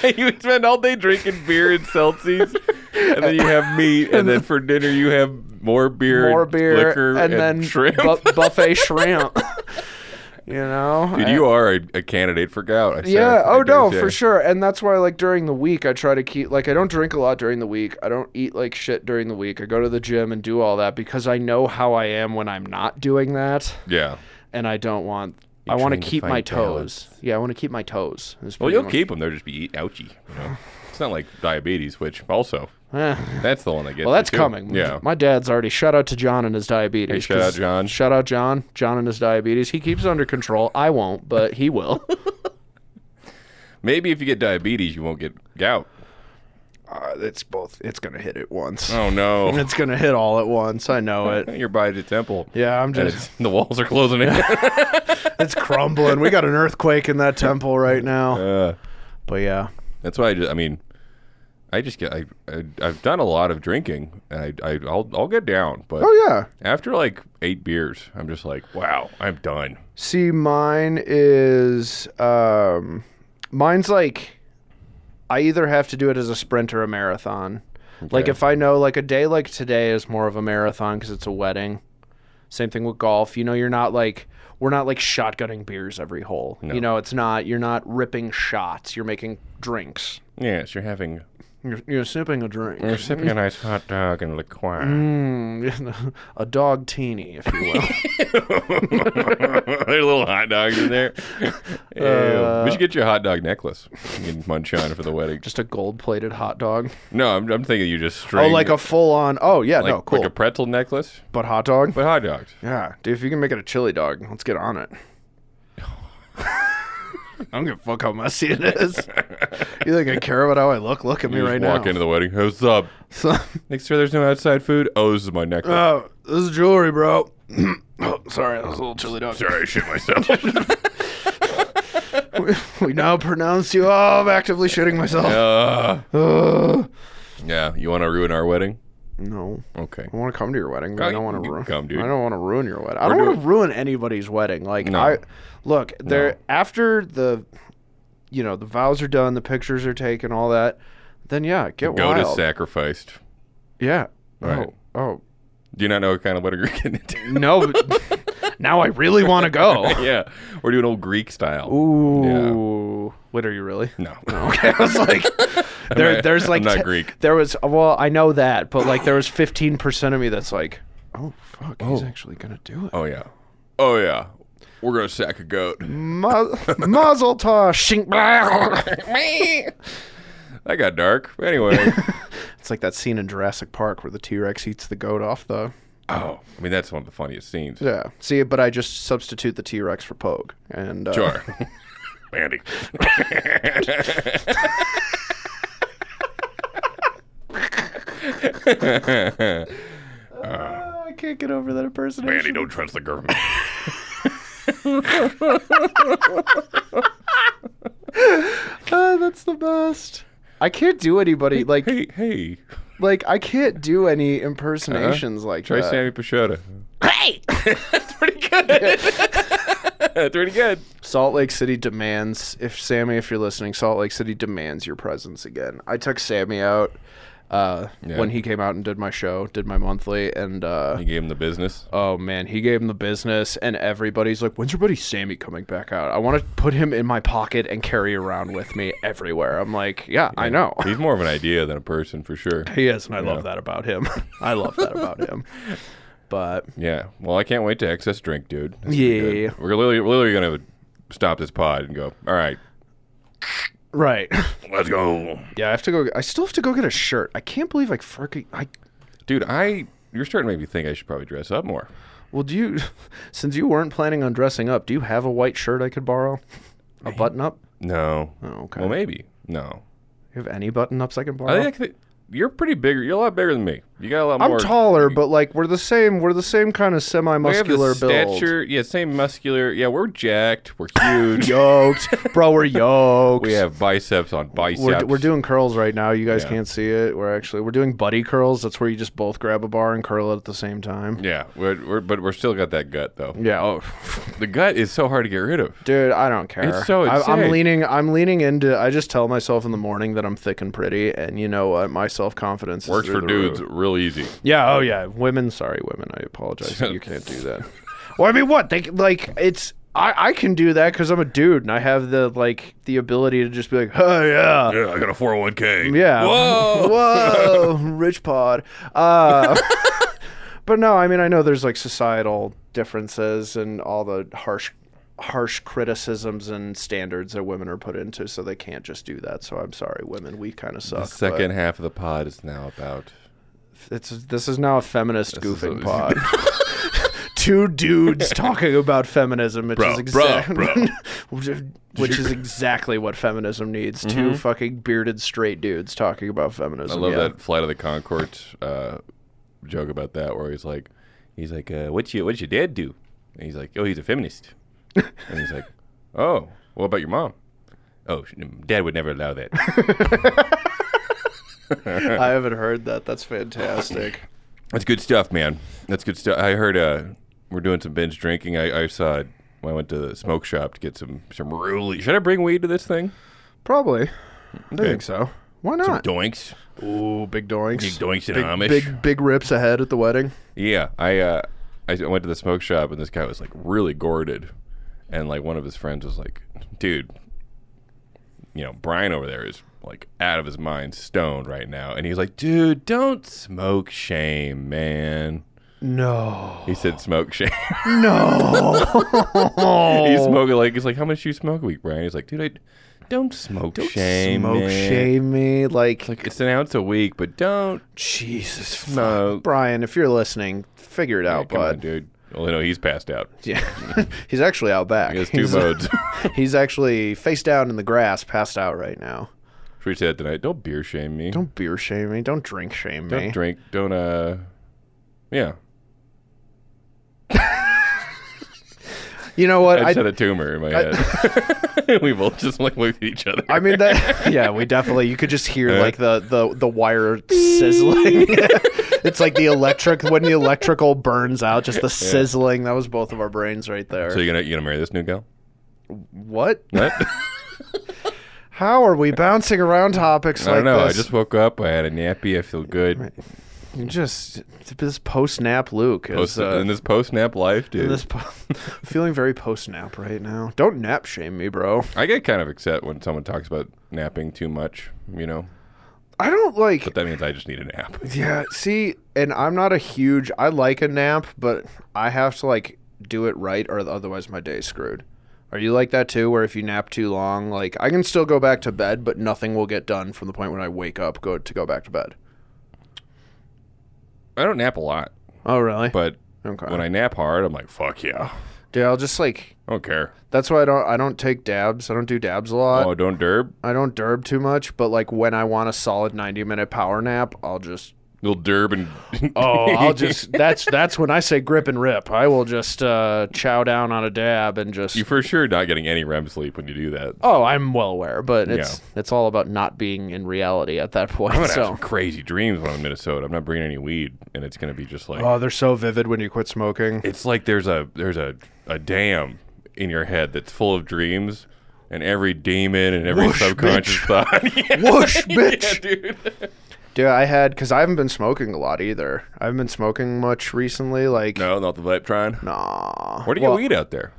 Speaker 1: you spend all day drinking beer and seltzies, and then you have meat, and then for dinner you have more beer,
Speaker 2: more
Speaker 1: and
Speaker 2: beer,
Speaker 1: liquor,
Speaker 2: and, then
Speaker 1: shrimp.
Speaker 2: bu-
Speaker 1: *laughs*
Speaker 2: buffet shrimp. you know,
Speaker 1: Dude,
Speaker 2: I-
Speaker 1: you are a, a candidate for gout. I swear.
Speaker 2: yeah.
Speaker 1: I
Speaker 2: Oh no,
Speaker 1: guess, yeah.
Speaker 2: for sure. And that's why, like during the week, I try to keep like I don't drink a lot during the week. I don't eat like shit during the week. I go to the gym and do all that because I know how I am when I'm not doing that,
Speaker 1: Yeah.
Speaker 2: and I don't want. I want to
Speaker 1: trying to
Speaker 2: keep my
Speaker 1: find
Speaker 2: toes. Yeah, I want to keep my toes. is
Speaker 1: Well,
Speaker 2: pretty
Speaker 1: you'll
Speaker 2: much-
Speaker 1: keep them. They'll just be ouchy. You know? It's not like diabetes, which also
Speaker 2: Eh.
Speaker 1: that's the one that gets.
Speaker 2: Well,
Speaker 1: you,
Speaker 2: that's
Speaker 1: too.
Speaker 2: coming.
Speaker 1: Yeah.
Speaker 2: My dad's already shout out to John and his diabetes.
Speaker 1: Hey, shout out
Speaker 2: 'cause-
Speaker 1: John.
Speaker 2: Shout out John. John and his diabetes. He keeps it under control. I won't, but he will.
Speaker 1: Maybe if you get diabetes, you won't get gout.
Speaker 2: *laughs* uh, it's both. It's gonna hit at once.
Speaker 1: Oh
Speaker 2: *laughs*
Speaker 1: no.
Speaker 2: It's gonna hit all at once. I know it.
Speaker 1: You're by the temple.
Speaker 2: *laughs* Yeah, I'm
Speaker 1: And
Speaker 2: just.
Speaker 1: it's, *laughs* the walls are closing in.
Speaker 2: *laughs* It's crumbling. We got an earthquake in that temple right now.
Speaker 1: Uh,
Speaker 2: But yeah,
Speaker 1: that's why I just. I mean, I just get. I, I I've done a lot of drinking, and I, I I'll I'll get down, but
Speaker 2: oh yeah.
Speaker 1: after like eight beers, I'm just like, wow, I'm done.
Speaker 2: See, mine is um, mine's like I either have to do it as a sprint or a marathon. Like
Speaker 1: Okay.
Speaker 2: if I know like a day like today is more of a marathon because it's a wedding. Same thing with golf. You know, you're not like we're not like shotgunning beers every hole. You know, it's not you're not ripping shots. You're making drinks.
Speaker 1: Yes, you're having
Speaker 2: You're, you're sipping a drink.
Speaker 1: you're sipping a nice hot dog and liqueur.
Speaker 2: Mm, *laughs* a dog teeny, if you
Speaker 1: *laughs*
Speaker 2: will.
Speaker 1: There's little hot dogs in
Speaker 2: *laughs*
Speaker 1: there. Ew.
Speaker 2: Uh,
Speaker 1: we should get you a hot dog necklace in Munchon for the wedding.
Speaker 2: Just a gold plated hot dog.
Speaker 1: No, I'm, I'm thinking you just
Speaker 2: Oh,
Speaker 1: string.
Speaker 2: like a full on. Oh yeah, no, cool.
Speaker 1: like a pretzel necklace,
Speaker 2: but hot dog.
Speaker 1: but hot dogs.
Speaker 2: Yeah, dude, if you can make it a chili dog, let's
Speaker 1: *laughs*
Speaker 2: get on it. I don't give a fuck how messy it is. You think I care about how I look? Look at me
Speaker 1: You
Speaker 2: right
Speaker 1: just walk
Speaker 2: now.
Speaker 1: into the wedding. Hey, What's up?
Speaker 2: *laughs* So,
Speaker 1: Make sure there's no outside food. Oh, this is my necklace. *laughs*
Speaker 2: oh, this is jewelry, bro. *clears throat* oh, sorry, that was a little chili dog.
Speaker 3: Sorry, I shit myself.
Speaker 2: *laughs* We now pronounce you. Oh, I'm actively shitting myself.
Speaker 1: Uh,
Speaker 2: Ugh.
Speaker 1: yeah, you want to ruin our wedding?
Speaker 2: No,
Speaker 1: Okay.
Speaker 2: I want to come to your wedding. But
Speaker 1: Oh,
Speaker 2: I don't want
Speaker 1: you
Speaker 2: to
Speaker 1: can
Speaker 2: ruin.
Speaker 1: come, dude.
Speaker 2: I don't want to ruin your wedding. I don't want to ruin anybody's wedding. Like
Speaker 1: No.
Speaker 2: I look there after the, you know, the vows are done, the pictures are taken, all that. Then yeah, get
Speaker 1: Go to
Speaker 2: wild.
Speaker 1: sacrificed.
Speaker 2: Yeah.
Speaker 1: Right.
Speaker 2: Oh,
Speaker 1: Do you not know what kind of wedding you're getting into? *laughs*
Speaker 2: oh. no. but- *laughs* now I really want to go.
Speaker 1: yeah, we're doing old Greek style.
Speaker 2: Ooh. What are you really? *laughs*
Speaker 1: No.
Speaker 2: Okay, I was *laughs* like, there,
Speaker 1: not-
Speaker 2: there's
Speaker 1: I'm
Speaker 2: like,
Speaker 1: not
Speaker 2: te-
Speaker 1: Greek.
Speaker 2: There was, well, I know that, but like, there was 15 percent of me that's like, oh fuck, he's actually gonna do it.
Speaker 1: Oh yeah. Oh yeah. We're gonna sack a goat.
Speaker 2: *laughs* Ma- mazel tov, shink. *laughs* blah.
Speaker 1: That got dark. But Anyway.
Speaker 2: It's like that scene in Jurassic Park where the T Rex eats the goat off the.
Speaker 1: oh, I mean that's one of the funniest scenes.
Speaker 2: Yeah. See, but I just substitute the T Rex for Pogue, and uh,
Speaker 1: Sure.
Speaker 3: Bandy.
Speaker 2: *laughs* I can't get over that impersonation.
Speaker 3: Bandy, don't trust the government.
Speaker 2: Ah, that's the best. I can't do anybody like
Speaker 1: *laughs* hey, hey.
Speaker 2: like I can't do any impersonations like
Speaker 1: Try
Speaker 2: that.
Speaker 1: Sammy Pachota. *laughs*
Speaker 4: Hey!
Speaker 1: That's pretty good.
Speaker 2: Salt Lake City demands if Sammy, if you're listening, Salt Lake City demands your presence again. I took Sammy out uh,
Speaker 1: Yeah.
Speaker 2: when he came out and did my show, did my monthly, and uh,
Speaker 1: You gave him the business.
Speaker 2: oh man, he gave him the business, and everybody's like, "When's your buddy Sammy coming back out?" I want to put him in my pocket and carry around with me everywhere. I'm like, yeah, I know.
Speaker 1: He's more of an idea than a person for sure.
Speaker 2: *laughs* He is, and I love that about him. *laughs* I love that *laughs* about him. But
Speaker 1: Yeah. Well, I can't wait to excess drink, dude. That's gonna be
Speaker 2: Yeah.
Speaker 1: good. We're literally, literally gonna stop this pod and go. All right.
Speaker 2: right,
Speaker 3: Let's go.
Speaker 2: yeah, I have to go. I still have to go get a shirt. I can't believe I freaking I
Speaker 1: Dude, I you're starting to make me think I should probably dress up more.
Speaker 2: Well, do you, *laughs* since you weren't planning on dressing up, do you have a white shirt I could borrow? A button up?
Speaker 1: No.
Speaker 2: Oh, okay.
Speaker 1: Well, maybe. No.
Speaker 2: You have any button ups I can
Speaker 1: I
Speaker 2: borrow?
Speaker 1: think I could- you're pretty bigger. You're a lot bigger than me. You got a lot
Speaker 2: I'm
Speaker 1: more.
Speaker 2: taller, but like we're the same. We're the same kind of
Speaker 1: we have the
Speaker 2: semi-muscular build.
Speaker 1: stature. Yeah, same muscular. Yeah, we're jacked. We're
Speaker 2: *laughs*
Speaker 1: huge.
Speaker 2: Yoked, bro.
Speaker 1: *laughs*
Speaker 2: We're yoked.
Speaker 1: we have biceps on biceps.
Speaker 2: We're, we're doing curls right now. You guys
Speaker 1: Yeah.
Speaker 2: can't see it. We're actually we're doing buddy curls. That's where you just both grab a bar and curl it at the same time.
Speaker 1: Yeah, we're, we're, but we're still got that gut though.
Speaker 2: Yeah. Oh,
Speaker 1: The gut is so hard to get rid of.
Speaker 2: dude, I don't care.
Speaker 1: It's so
Speaker 2: I, I'm
Speaker 1: insane.
Speaker 2: leaning. I'm leaning into. I just tell myself in the morning that I'm thick and pretty, and you know what? My self confidence
Speaker 1: Works for dudes real easy.
Speaker 2: Yeah. Oh, yeah. Women. Sorry, women. I
Speaker 1: *laughs*
Speaker 2: apologize. that you can't do that. Well, I mean, what? They like it's. I, I can do that because I'm a dude and I have the like the ability to just be like, oh yeah,
Speaker 3: Yeah, I got a 401k.
Speaker 2: yeah,
Speaker 1: Whoa!
Speaker 2: *laughs* whoa, rich pod. Uh, but no, I mean, I know there's like societal differences and all the harsh, harsh criticisms and standards that women are put into, so they can't just do that. So I'm sorry, women, we kind of
Speaker 1: The
Speaker 2: suck. but
Speaker 1: second half of the pod is now about.
Speaker 2: it's this is now a feminist goofing
Speaker 1: a- *laughs*
Speaker 2: pod. *laughs* Two dudes talking about feminism, which
Speaker 3: Bro,
Speaker 2: is
Speaker 3: bro,
Speaker 2: exactly
Speaker 3: bro.
Speaker 2: *laughs* which is exactly what feminism needs. Two fucking bearded straight dudes talking about
Speaker 1: Mm-hmm. I
Speaker 2: feminism.
Speaker 1: love
Speaker 2: yeah.
Speaker 1: that Flight of the Concorde uh, joke about that, where he's like, he's like, uh, "What's your what's your dad do?" And he's like, "Oh, he's a feminist."
Speaker 2: *laughs*
Speaker 1: and he's like, "Oh, what about your mom?" Oh, sh- dad would never allow that.
Speaker 2: *laughs* I haven't heard that. That's fantastic.
Speaker 1: That's good stuff, man. That's good stuff. I heard uh, we're doing some binge drinking. I, I saw it when I went to the smoke shop to get some some really. Should I bring weed to this thing?
Speaker 2: *laughs* Probably. I
Speaker 1: Okay.
Speaker 2: think so. Why not?
Speaker 1: Doinks.
Speaker 2: Ooh, big doinks.
Speaker 3: Big doinks and
Speaker 2: big,
Speaker 3: Amish.
Speaker 2: Big big rips ahead at the wedding.
Speaker 1: Yeah, I uh, I went to the smoke shop and this guy was like really gourded, and like one of his friends was like, "Dude, you know Brian over there is like out of his mind, stoned right now," and he's like, "Dude, don't smoke shame, man."
Speaker 2: No.
Speaker 1: He
Speaker 2: *sighs*
Speaker 1: said, "Smoke shame." *laughs*
Speaker 2: No.
Speaker 1: he's
Speaker 2: Oh.
Speaker 1: smoking like he's like, "How much do you smoke a week, Brian?" He's like, "Dude, I don't smoke *laughs* shame,
Speaker 2: Smoke
Speaker 1: man."
Speaker 2: shame me. Like,
Speaker 1: Like it's an ounce a week, but don't
Speaker 2: Jesus. fuck.
Speaker 1: smoke.
Speaker 2: Brian, if you're listening, figure it out,
Speaker 1: Come on,
Speaker 2: Oh, bud.
Speaker 1: dude. Well, no, he's passed out.
Speaker 2: *laughs* yeah. he's actually out back.
Speaker 1: He has two
Speaker 2: he's,
Speaker 1: modes.
Speaker 2: *laughs* he's actually face down in the grass, passed out right now.
Speaker 1: Should we say that tonight? Don't beer shame me.
Speaker 2: Don't beer shame me. Don't drink shame
Speaker 1: Don't
Speaker 2: me.
Speaker 1: drink. Don't uh. Yeah,
Speaker 2: You know what?
Speaker 1: I
Speaker 2: I-
Speaker 1: just had a tumor in my head. *laughs* we both just like looked at each other.
Speaker 2: I mean that *laughs* yeah, we definitely you could just
Speaker 1: Uh-huh.
Speaker 2: hear like the the the wire sizzling. *laughs* it's like the electric when the electrical burns out, just the sizzling. That was both of our brains right there.
Speaker 1: so you gonna you gonna marry this new
Speaker 2: *laughs*
Speaker 1: gal?
Speaker 2: what?
Speaker 1: What?
Speaker 2: How are we bouncing around topics
Speaker 1: I
Speaker 2: like
Speaker 1: don't know.
Speaker 2: this?
Speaker 1: I just woke up. I had a nappy. I feel good.
Speaker 2: You just this post nap Luke is
Speaker 1: Post,
Speaker 2: uh,
Speaker 1: in this post nap life, dude,
Speaker 2: this po- *laughs* feeling very post nap right now. Don't nap shame me, bro.
Speaker 1: I get kind of upset when someone talks about napping too much. You know,
Speaker 2: I don't like
Speaker 1: but that means I just need a nap.
Speaker 2: Yeah, see, and I'm not a huge. I like a nap, but I have to like do it right, or otherwise my day's screwed. Are you like that too? Where if you nap too long, like I can still go back to bed, but nothing will get done from the point when I wake up go to go back to bed.
Speaker 1: I don't nap a lot,
Speaker 2: Oh, really?
Speaker 1: but
Speaker 2: okay.
Speaker 1: when I nap hard, I'm like, fuck yeah.
Speaker 2: Dude, I'll just like.
Speaker 1: I don't care.
Speaker 2: That's why I don't. I don't take dabs. I don't do dabs a lot.
Speaker 1: oh, don't derb.
Speaker 2: I don't derb too much, but like when I want a solid 90 minute power nap, I'll just
Speaker 1: You'll derb and
Speaker 2: Oh, I'll just *laughs* that's that's when I say grip and rip. I will just uh, chow down on a dab and
Speaker 1: *laughs*
Speaker 2: just.
Speaker 1: you for sure not getting any REM sleep when you do that.
Speaker 2: oh, I'm well aware, but it's it's all about not being in reality at that point.
Speaker 1: I'm gonna have
Speaker 2: so.
Speaker 1: some crazy dreams when I'm in Minnesota. I'm not bringing any weed, and it's gonna be just like
Speaker 2: Oh, they're so vivid when you quit smoking.
Speaker 1: it's like there's a there's a, a dam in your head that's full of dreams, and every demon and every
Speaker 2: Whoosh,
Speaker 1: subconscious thought. *laughs* *laughs* yeah,
Speaker 2: Whoosh,
Speaker 1: yeah,
Speaker 2: bitch!
Speaker 1: dude.
Speaker 2: *laughs* Dude, I had because I haven't been smoking a lot either. I haven't been smoking much recently. Like,
Speaker 1: No, not the Vaptron.
Speaker 2: nah.
Speaker 1: Where do you
Speaker 2: Well,
Speaker 1: get weed out there?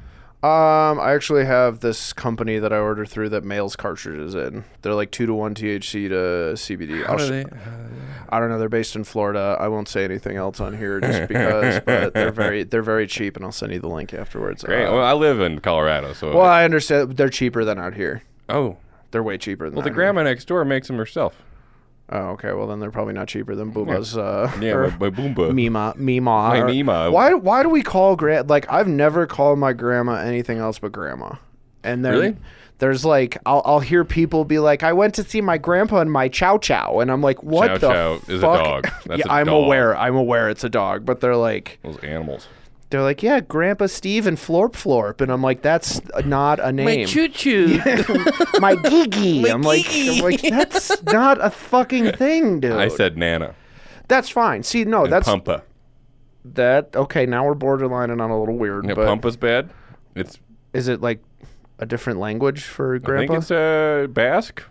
Speaker 2: Um, I actually have this company that I order through that mails cartridges in. They're like two to one THC to CBD. I'll sh- I don't know. They're based in Florida. I won't say anything else on here
Speaker 1: *laughs*
Speaker 2: just because, but they're very they're very cheap, and I'll send you the link afterwards.
Speaker 1: Great.
Speaker 2: Uh,
Speaker 1: well, I live in Colorado, so
Speaker 2: well, I understand they're cheaper than out here.
Speaker 1: oh,
Speaker 2: They're way cheaper than
Speaker 1: well, the
Speaker 2: out here.
Speaker 1: grandma next door makes them herself.
Speaker 2: Oh, okay. Well, then they're probably not cheaper than Booba's. Uh,
Speaker 1: Yeah,
Speaker 2: or
Speaker 1: by, by Boomba.
Speaker 2: Mima, Mima. or-
Speaker 1: Mima.
Speaker 2: Why? Why do we call grand? Like I've never called my grandma anything else but grandma. and then
Speaker 1: Really?
Speaker 2: there's like I'll I'll hear people be like, I went to see my grandpa and my chow chow, and I'm like, what
Speaker 1: Chow
Speaker 2: the
Speaker 1: chow
Speaker 2: fuck?
Speaker 1: is a
Speaker 2: *laughs*
Speaker 1: dog. That's
Speaker 2: yeah,
Speaker 1: a
Speaker 2: i I'm
Speaker 1: dog.
Speaker 2: aware. I'm aware it's a dog, but they're like
Speaker 1: Those animals.
Speaker 2: they're like, yeah, Grandpa Steve and Florp Florp, and I'm like, that's not a name. *laughs*
Speaker 4: choo.
Speaker 2: my Gigi. I'm like,
Speaker 4: Gigi.
Speaker 2: I'm like, that's not a fucking thing, dude.
Speaker 1: *laughs* I said Nana.
Speaker 2: that's fine. See, no,
Speaker 1: And
Speaker 2: Oh, that's
Speaker 1: Pumpa.
Speaker 2: that. Okay, now we're borderlining on a little weird.
Speaker 1: You know,
Speaker 2: but
Speaker 1: Pumpa's bad. It's
Speaker 2: is it like a different language for
Speaker 1: I think
Speaker 2: Grandpa
Speaker 1: it's uh, Basque.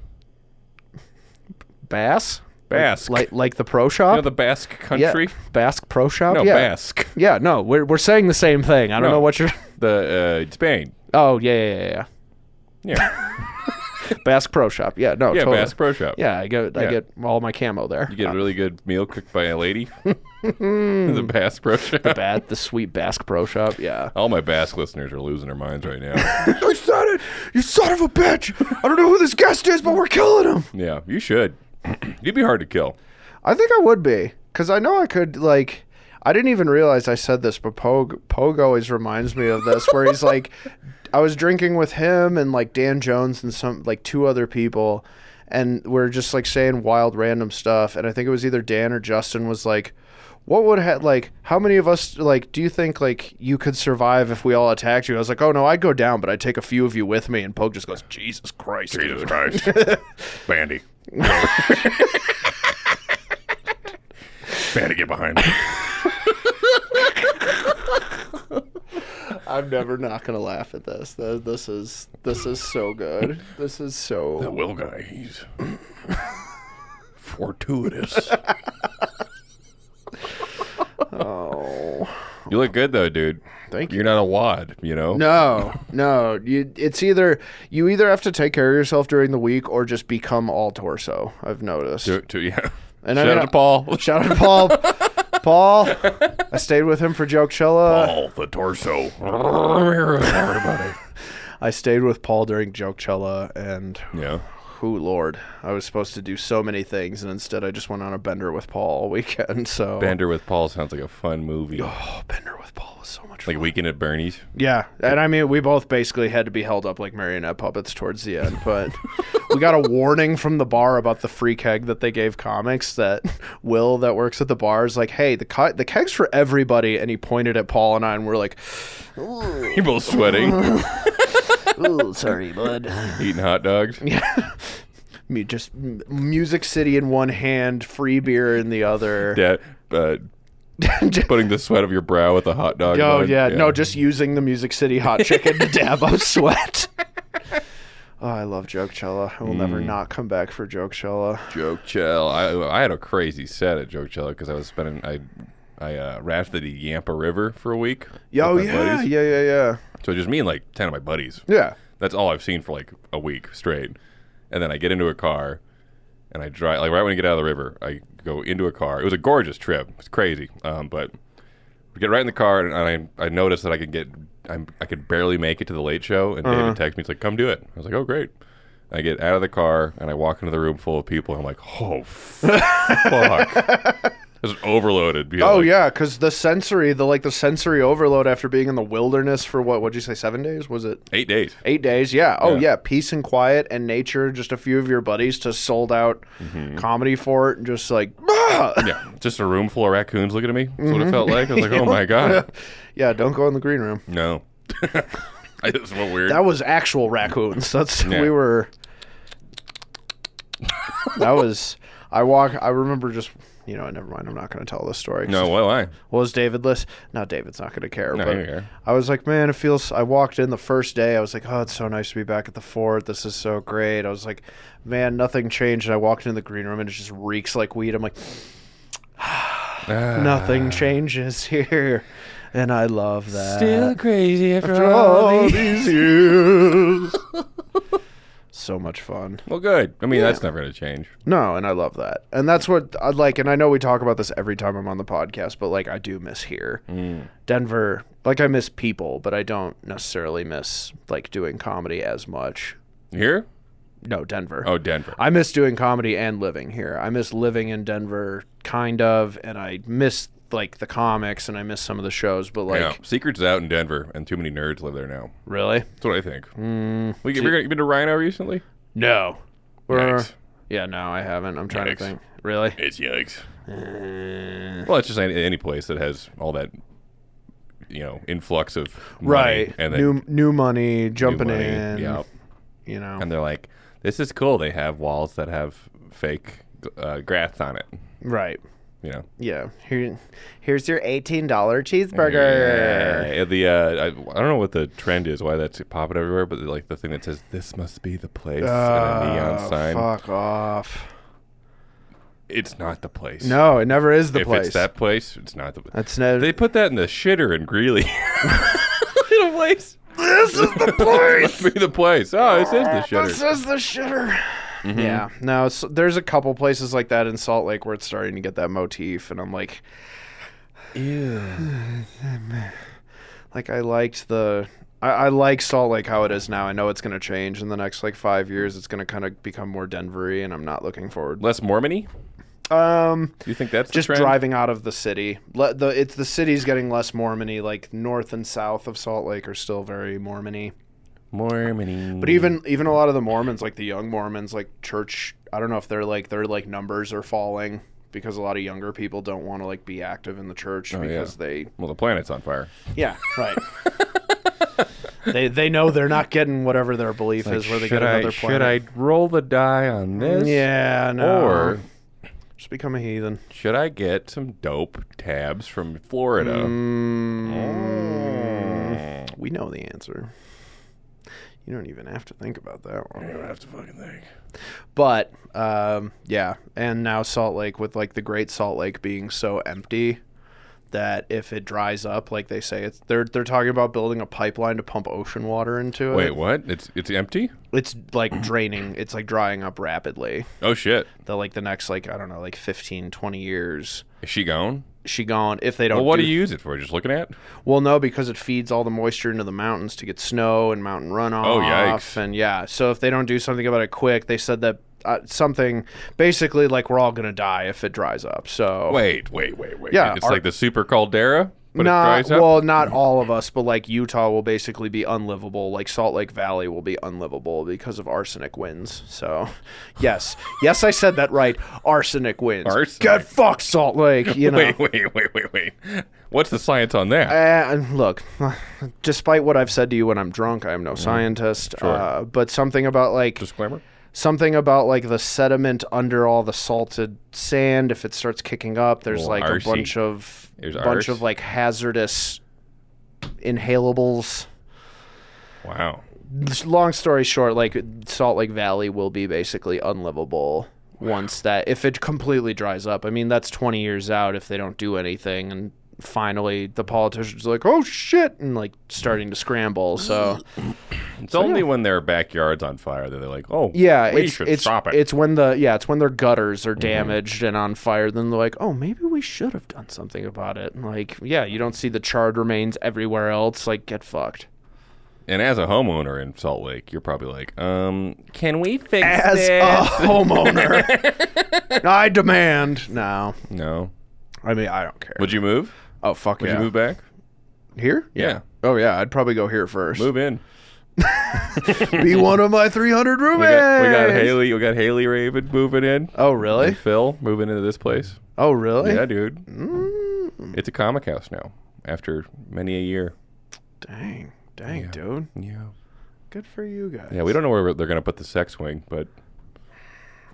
Speaker 2: Bass?
Speaker 1: Basque.
Speaker 2: Like like the pro shop?
Speaker 1: you know the Basque
Speaker 2: yeah,
Speaker 1: country?
Speaker 2: Basque pro shop.
Speaker 1: No,
Speaker 2: yeah.
Speaker 1: Basque.
Speaker 2: Yeah, no, we're we're saying the same thing. I don't
Speaker 1: No.
Speaker 2: know what you're.
Speaker 1: *laughs*
Speaker 2: *laughs*
Speaker 1: The uh, Spain.
Speaker 2: Oh yeah yeah yeah.
Speaker 1: Yeah.
Speaker 2: yeah. Basque pro shop. Yeah no
Speaker 1: Yeah,
Speaker 2: totally.
Speaker 1: Basque Pro Shop.
Speaker 2: Yeah, I get
Speaker 1: Yeah.
Speaker 2: I get all my camo there.
Speaker 1: You get a really good meal cooked by a lady. *laughs* the Basque Pro Shop.
Speaker 2: Bad the sweet Basque pro shop. Yeah.
Speaker 1: All my Basque listeners are losing their minds right now.
Speaker 2: I said it. You son of a bitch. I don't know who this guest is, but we're killing him.
Speaker 1: yeah, you should. *clears throat* You'd be hard to kill.
Speaker 2: I think I would be, because I know I could like. I didn't even realize I said this, but Pogue, Pogue always reminds me of this, where he's like, *laughs* I was drinking with him and like Dan Jones and some like two other people, and we're just like saying wild random stuff, and I think it was either Dan or Justin was like. What would ha- like? How many of us like? Do you think like you could survive if we all attacked you? I was like, oh no, I'd go down, but I'd take a few of you with me. And Pogue just goes, Jesus Christ, dude.
Speaker 3: Jesus Christ.
Speaker 1: *laughs*
Speaker 3: Bandy. Bandy, get behind me.
Speaker 2: I'm never not gonna laugh at this. Th- This is this is so good. This is
Speaker 3: The
Speaker 2: so.
Speaker 3: Will guy, he's fortuitous.
Speaker 2: Oh
Speaker 1: You look good though, dude.
Speaker 2: Thank
Speaker 1: You're not a wad, you know.
Speaker 2: no, no. You, it's either you either have to take care of yourself during the week or just become all torso. I've noticed.
Speaker 1: To, to- yeah.
Speaker 2: And
Speaker 1: Shout
Speaker 2: I mean,
Speaker 1: out to Paul.
Speaker 2: *laughs* Shout out to Paul. Paul, I stayed with him for Joke Chilla.
Speaker 3: All the torso.
Speaker 2: I stayed with Paul during Joke Chilla, and
Speaker 1: *laughs* Yeah.
Speaker 2: who Lord, I was supposed to do so many things, and instead I just went on a bender with Paul all weekend. So
Speaker 1: Bender with Paul sounds like a fun movie. Like
Speaker 2: oh, bender with Paul was so much fun.
Speaker 1: Weekend at Bernie's. *laughs*
Speaker 2: Yeah, and I mean, we both basically had to be held up like marionette puppets towards the end, but we got
Speaker 4: *laughs*
Speaker 2: a warning from the bar about the free keg that they gave comics. That Will, that works at the bar, is like, "Hey, the co- the keg's for everybody," and he pointed at Paul and I, and we're like,
Speaker 1: You're both sweating,
Speaker 4: Ooh, sorry,
Speaker 2: *laughs*
Speaker 4: bud.
Speaker 1: eating hot dogs.
Speaker 2: "Mu- "Just m- Music City in one hand, free beer in the other." *laughs*
Speaker 1: Yeah. Uh, putting the sweat of your brow with a hot dog.
Speaker 2: Oh
Speaker 1: bun.
Speaker 2: yeah, no, just using the Music City hot chicken to dab up sweat. Oh, I love Joke Chella. I will never not come back for Joke Chella.
Speaker 1: joke chill. I I had a crazy set at joke chill because I was spending I I uh, rafted the Yampa River for a week.
Speaker 2: Yo,
Speaker 1: with my
Speaker 2: Oh, yeah,
Speaker 1: buddies.
Speaker 2: yeah, yeah, yeah,
Speaker 1: So just me and like ten of my buddies.
Speaker 2: yeah.
Speaker 1: That's all I've seen for like a week straight. And then I get into a car and I drive like right when I get out of the river, I go into a car. It was a gorgeous trip. It's crazy. Um, but we get right in the car and I I noticed that I could get I'm, I could barely make it to the late show and
Speaker 2: Uh-huh.
Speaker 1: David texts me he's like come do it. I was like, "Oh, great." I get out of the car and I walk into the room full of people and I'm like, "Oh
Speaker 2: *laughs*
Speaker 1: fuck." Just overloaded. you know,
Speaker 2: Oh
Speaker 1: like,
Speaker 2: yeah, because the sensory, the like the sensory overload after being in the wilderness for what? What'd you say? Seven days? Was it
Speaker 1: 8 days.
Speaker 2: eight days? Yeah. Oh
Speaker 1: Yeah.
Speaker 2: yeah, peace and quiet and nature. Just a few of your buddies to sold out comedy for it, and just like "Ah!"
Speaker 1: Yeah, just a room full of raccoons looking at me. That's
Speaker 2: Mm-hmm.
Speaker 1: what it felt like. I was like,
Speaker 2: *laughs*
Speaker 1: "Oh my god."
Speaker 2: *laughs* yeah, don't go in the green room.
Speaker 1: No. *laughs* I just went weird.
Speaker 2: That was actual raccoons. That's
Speaker 1: Yeah.
Speaker 2: we were. that was. I walk. I remember just. You know, never mind. I'm not going to tell this story. 'cause
Speaker 1: no, why? why?
Speaker 2: Well, is David list? No, David's not going to care.
Speaker 1: No,
Speaker 2: but
Speaker 1: you care.
Speaker 2: I was like, man, it feels. I walked in the first day. I was like, oh, it's so nice to be back at the fort. This is so great. I was like, man, nothing changed. And I walked into the green room and it just reeks like weed. I'm like,
Speaker 1: Ah.
Speaker 2: nothing changes *laughs* here, and I love that.
Speaker 4: crazy
Speaker 2: After
Speaker 1: *laughs*
Speaker 2: all these years. so much fun.
Speaker 1: Well, good. I mean, that's never going to change.
Speaker 2: No, and I love that. And that's what I like. And I know we talk about this every time I'm on the podcast, but like I do miss here.
Speaker 1: Mm.
Speaker 2: Denver, like I miss people, but I don't necessarily miss like doing comedy as much.
Speaker 1: Here?
Speaker 2: No, Denver.
Speaker 1: Oh, Denver.
Speaker 2: I miss doing comedy and living here. I miss living in Denver, kind of, and I miss like the comics and I missed some of the shows, but like
Speaker 1: yeah, Secret's out in Denver, and too many nerds live there now.
Speaker 2: really?
Speaker 1: That's what I think.
Speaker 2: Hmm.
Speaker 1: Mm, like, have you you been to Rhino recently?
Speaker 2: No. We're-
Speaker 1: Yikes.
Speaker 2: Yeah, no, I haven't. I'm trying
Speaker 1: Yikes.
Speaker 2: to think. Really?
Speaker 1: It's yikes.
Speaker 2: Uh,
Speaker 1: Well, it's just any, any place that has all that, you know, influx of money
Speaker 2: right.
Speaker 1: and then
Speaker 2: new new money
Speaker 1: new
Speaker 2: jumping
Speaker 1: money.
Speaker 2: in.
Speaker 1: yeah,
Speaker 2: You know.
Speaker 1: and they're like, "This is cool." They have walls that have fake uh, grass on it.
Speaker 2: right.
Speaker 1: You know,
Speaker 2: Yeah. Here, here's your eighteen dollar cheeseburger.
Speaker 1: Yeah, the uh, I, I don't know what the trend is, why that's popping everywhere, but like the thing that says "This must be the place" and a
Speaker 2: Oh,
Speaker 1: neon sign.
Speaker 2: Fuck off.
Speaker 1: It's not the place.
Speaker 2: No, it never is the
Speaker 1: if
Speaker 2: place.
Speaker 1: it's that place, it's not the.
Speaker 2: That's no. *laughs*
Speaker 1: They put that in the shitter in Greeley. *laughs* Little place.
Speaker 2: this is the place.
Speaker 1: Must be the place. Oh, this is the
Speaker 2: This
Speaker 1: shitter.
Speaker 2: is the shitter.
Speaker 1: Mm-hmm.
Speaker 2: Yeah. No, so there's a couple places like that in Salt Lake where it's starting to get that motif, and I'm like, *sighs* like I liked the. I, I like Salt Lake how it is now. I know it's going to change in the next like five years. It's going to kind of become more Denvery, and I'm not looking forward.
Speaker 1: Less Mormony.
Speaker 2: Um,
Speaker 1: Do you think that's
Speaker 2: just
Speaker 1: the trend?
Speaker 2: driving out of the city. Let the it's the city's getting less Mormony. Like north and south of Salt Lake are still very Mormony.
Speaker 1: Mormony.
Speaker 2: But even even a lot of the Mormons, like the young Mormons, like church, I don't know if they're like their like numbers are falling because a lot of younger people don't want to like be active in the church
Speaker 1: Oh,
Speaker 2: because they
Speaker 1: well, the planet's on fire.
Speaker 2: yeah right. *laughs* they they know they're not getting whatever their belief is where they get another
Speaker 1: should
Speaker 2: planet.
Speaker 1: I roll the die on this?
Speaker 2: yeah no
Speaker 1: Or
Speaker 2: just become a heathen.
Speaker 1: should I get some dope tabs from Florida?
Speaker 2: Hmm, Mm. We know the answer. You don't even have to think about that one.
Speaker 1: I don't have to fucking think.
Speaker 2: But um, yeah, and now Salt Lake with like the Great Salt Lake being so empty that if it dries up, like they say, it's they're they're talking about building a pipeline to pump ocean water into it.
Speaker 1: Wait, what? It's it's empty?
Speaker 2: It's like draining. It's like drying up rapidly.
Speaker 1: Oh shit.
Speaker 2: The like the next like I don't know like 15, 20 years.
Speaker 1: Is she gone?
Speaker 2: She gone if they don't.
Speaker 1: Well, what
Speaker 2: do,
Speaker 1: do you use it for? Just looking at?
Speaker 2: Well, no, because it feeds all the moisture into the mountains to get snow and mountain runoff.
Speaker 1: Oh, yikes.
Speaker 2: And yeah, so if they don't do something about it quick, they said that uh, something basically like we're all gonna die if it dries up. So
Speaker 1: Wait, wait, wait, wait.
Speaker 2: Yeah,
Speaker 1: It's
Speaker 2: are-
Speaker 1: like the super caldera, but
Speaker 2: not
Speaker 1: it dries up.
Speaker 2: well, not all of us, but like Utah will basically be unlivable. Like Salt Lake Valley will be unlivable because of arsenic winds. So, *laughs* yes, yes, I said that right. Arsenic winds.
Speaker 1: Arsenic.
Speaker 2: Get fucked, Salt Lake. You know.
Speaker 1: *laughs* Wait, wait, wait, wait, wait. What's the science on that?
Speaker 2: Uh, look, *sighs* despite what I've said to you when I'm drunk, I am
Speaker 1: Mm-hmm.
Speaker 2: no scientist. Uh, but something about like
Speaker 1: Disclaimer.
Speaker 2: something about like the sediment under all the salted sand. If it starts kicking up, there's
Speaker 1: Well,
Speaker 2: like
Speaker 1: arsey.
Speaker 2: a bunch of
Speaker 1: There's
Speaker 2: bunch
Speaker 1: arse.
Speaker 2: of like hazardous inhalables.
Speaker 1: Wow.
Speaker 2: Long story short, like Salt Lake Valley will be basically unlivable once that if it completely dries up. I mean, that's 20 years out if they don't do anything and finally the politicians are like, "Oh shit." and like starting to
Speaker 1: *gasps*
Speaker 2: scramble. So
Speaker 1: It's only when their backyard's on fire that they're like, oh,
Speaker 2: Yeah,
Speaker 1: we
Speaker 2: it's
Speaker 1: should
Speaker 2: it's
Speaker 1: stop it. Mm-hmm.
Speaker 2: it's when the yeah it's when their gutters are damaged and on fire. Then they're like, oh, maybe we should have done something about it. And like, yeah, you don't see the charred remains everywhere else. Like, get fucked.
Speaker 1: And as a homeowner in Salt Lake, you're probably like, um, can we fix
Speaker 2: As
Speaker 1: this?
Speaker 2: *laughs* a homeowner, *laughs* I demand. No,
Speaker 1: no.
Speaker 2: I mean I don't care.
Speaker 1: Would you move?
Speaker 2: oh fuck
Speaker 1: Would
Speaker 2: yeah.
Speaker 1: you move back?
Speaker 2: here?
Speaker 1: Yeah.
Speaker 2: Oh yeah, I'd probably go here first.
Speaker 1: Move in.
Speaker 2: Be one of my three hundred
Speaker 1: We
Speaker 2: roommates.
Speaker 1: got, we got Haley. We got Haley Raven moving in.
Speaker 2: Oh
Speaker 1: And
Speaker 2: really?
Speaker 1: Phil moving into this place.
Speaker 2: Oh really?
Speaker 1: Yeah, dude. It's a comic house now. After many a year.
Speaker 2: Dang, dang, dude.
Speaker 1: Yeah.
Speaker 2: Good for you guys.
Speaker 1: Yeah. We don't know where they're gonna put the sex wing, but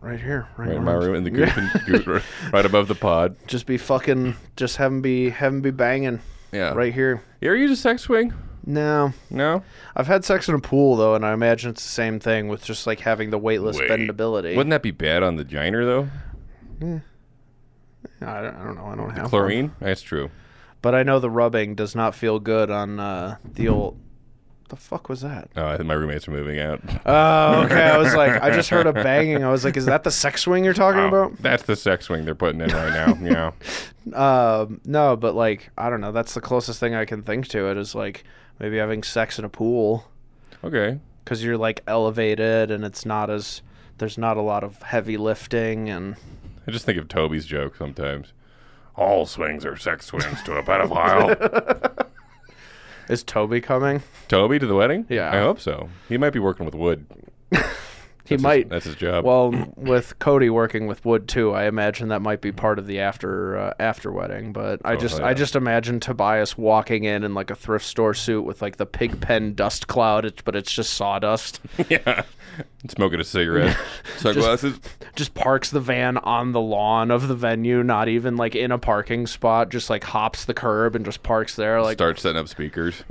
Speaker 2: Right here, right,
Speaker 1: right in my
Speaker 2: where I'm
Speaker 1: room in *laughs* the goof and goof, right above the pod.
Speaker 2: just be fucking just have him be have him be banging
Speaker 1: Yeah.
Speaker 2: right here
Speaker 1: You ever use a sex wing?
Speaker 2: no
Speaker 1: No.
Speaker 2: i've had sex in a pool though and i imagine it's the same thing with just like having the weightless
Speaker 3: Wait.
Speaker 2: bendability
Speaker 1: Wouldn't that be bad on the giner though?
Speaker 2: I, don't, I don't know i don't have one.
Speaker 1: Chlorine. That's true.
Speaker 2: but i know the rubbing does not feel good on uh, the old the fuck was that
Speaker 1: Oh, I think my roommates are moving out.
Speaker 2: oh okay i was like i just
Speaker 1: *laughs*
Speaker 2: heard a banging i was like is that the sex swing you're talking
Speaker 1: Oh, that's the sex wing they're putting in right now. *laughs* Yeah.
Speaker 2: about um no but like i don't know that's the closest thing i can think to it is like maybe having sex in a pool
Speaker 1: Okay.
Speaker 2: because you're like elevated and it's not as there's not a lot of heavy lifting and
Speaker 1: I just think of Toby's joke sometimes.
Speaker 3: all swings are sex swings to a pedophile.
Speaker 2: Is Toby coming?
Speaker 1: Toby to the wedding?
Speaker 2: Yeah.
Speaker 1: I hope so. He might be working with
Speaker 2: *laughs*
Speaker 1: wood.
Speaker 2: He
Speaker 1: That's his-
Speaker 2: might.
Speaker 1: that's his job.
Speaker 2: well, with Cody working with wood too, I imagine that might be part of the after uh, after wedding. But I just
Speaker 1: Oh, hell yeah.
Speaker 2: I just imagine Tobias walking in in like a thrift store suit with like the pig pen dust cloud, it's, but it's just sawdust.
Speaker 1: *laughs* yeah. Smoking a
Speaker 2: *laughs*
Speaker 1: cigarette. Sunglasses.
Speaker 2: just parks the van on the lawn of the venue, not even like in a parking spot. Just like hops the curb and just parks there. Like
Speaker 1: Start setting up speakers.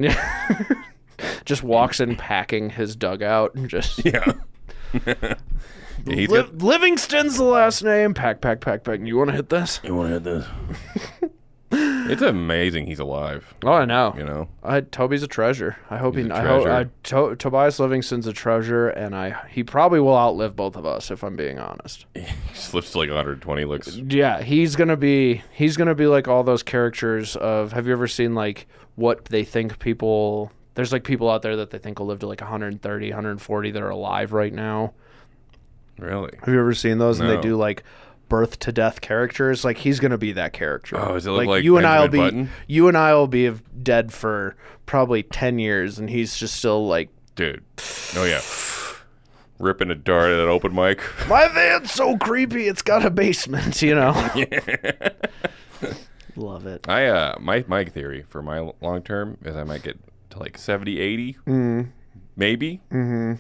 Speaker 2: just walks in packing his dugout and
Speaker 1: *laughs*
Speaker 2: just
Speaker 1: Yeah. Yeah, he's
Speaker 2: Li-
Speaker 1: got-
Speaker 2: Livingston's the last name. Pack, pack, pack, pack. You want to hit this?
Speaker 3: you want to
Speaker 2: *laughs*
Speaker 3: hit this?
Speaker 1: it's amazing he's alive.
Speaker 2: Oh, I know.
Speaker 1: You know?
Speaker 2: I, Toby's a treasure. I hope
Speaker 1: He's
Speaker 2: he.
Speaker 1: a
Speaker 2: I hope
Speaker 1: treasure.
Speaker 2: I, to, Tobias Livingston's a treasure, and I he probably will outlive both of us if I'm being honest.
Speaker 1: He slips to like 120 looks.
Speaker 2: Yeah, he's gonna be he's gonna be like all those characters of. Have you ever seen like what they think people? There's like people out there that they think will live to like 130, 140 that are alive right now.
Speaker 1: Really?
Speaker 2: Have you ever seen those? And
Speaker 1: No.
Speaker 2: they do like birth to death characters. Like he's gonna be that character.
Speaker 1: Oh, does it look like
Speaker 2: you and I'll be
Speaker 1: Benjamin Button?
Speaker 2: you and I'll be of- dead for probably ten years, and he's just still like
Speaker 1: Dude. Oh, yeah. Ripping a dart at an open mic.
Speaker 2: my van's so creepy. It's got a basement, *laughs*
Speaker 1: *laughs*
Speaker 2: you know. Love it.
Speaker 1: I uh my my theory for my l- long term is I might get to like 70, 80, maybe. Mm-hmm.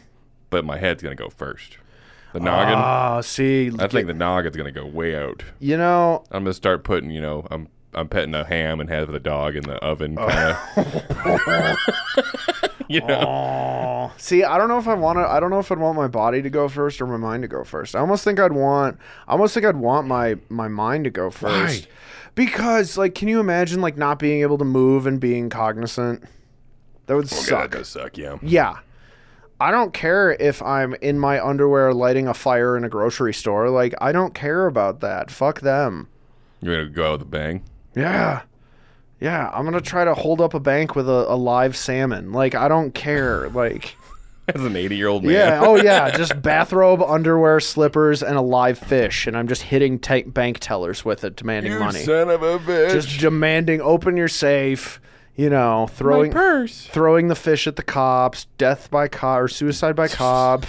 Speaker 1: But my head's gonna go first. The noggin.
Speaker 2: Ah, see,
Speaker 1: I think the noggin's gonna go way out.
Speaker 2: you know,
Speaker 1: I'm gonna start putting, you know, I'm I'm petting a ham and having the dog in the oven, kind of.
Speaker 2: Oh. *laughs*
Speaker 1: you know,
Speaker 2: Aw. See, I don't know if I want to. I don't know if I'd want my body to go first or my mind to go first. I almost think I'd want. I almost think I'd want my my mind to go first. Because, like, can you imagine like not being able to move and being cognizant? That would
Speaker 1: Okay,
Speaker 2: suck.
Speaker 1: that does suck. Yeah,
Speaker 2: Yeah. I don't care if I'm in my underwear lighting a fire in a grocery store. Like, I don't care about that. Fuck them.
Speaker 1: you're gonna go out with a bang. *laughs*
Speaker 2: Yeah. Yeah. I'm going to try to hold up a bank with a, a live salmon. Like, I don't care. Like,.
Speaker 1: As an 80 year old man,
Speaker 2: Yeah. Oh,
Speaker 1: *laughs*
Speaker 2: yeah. Just bathrobe, underwear, slippers, and a live fish, and I'm just hitting ta bank tellers with it, demanding
Speaker 1: you
Speaker 2: money,
Speaker 1: son of a bitch.
Speaker 2: just demanding open your safe. You know, throwing
Speaker 1: purse.
Speaker 2: throwing the fish at the cops, death by cop or suicide
Speaker 1: *laughs*
Speaker 2: by cop.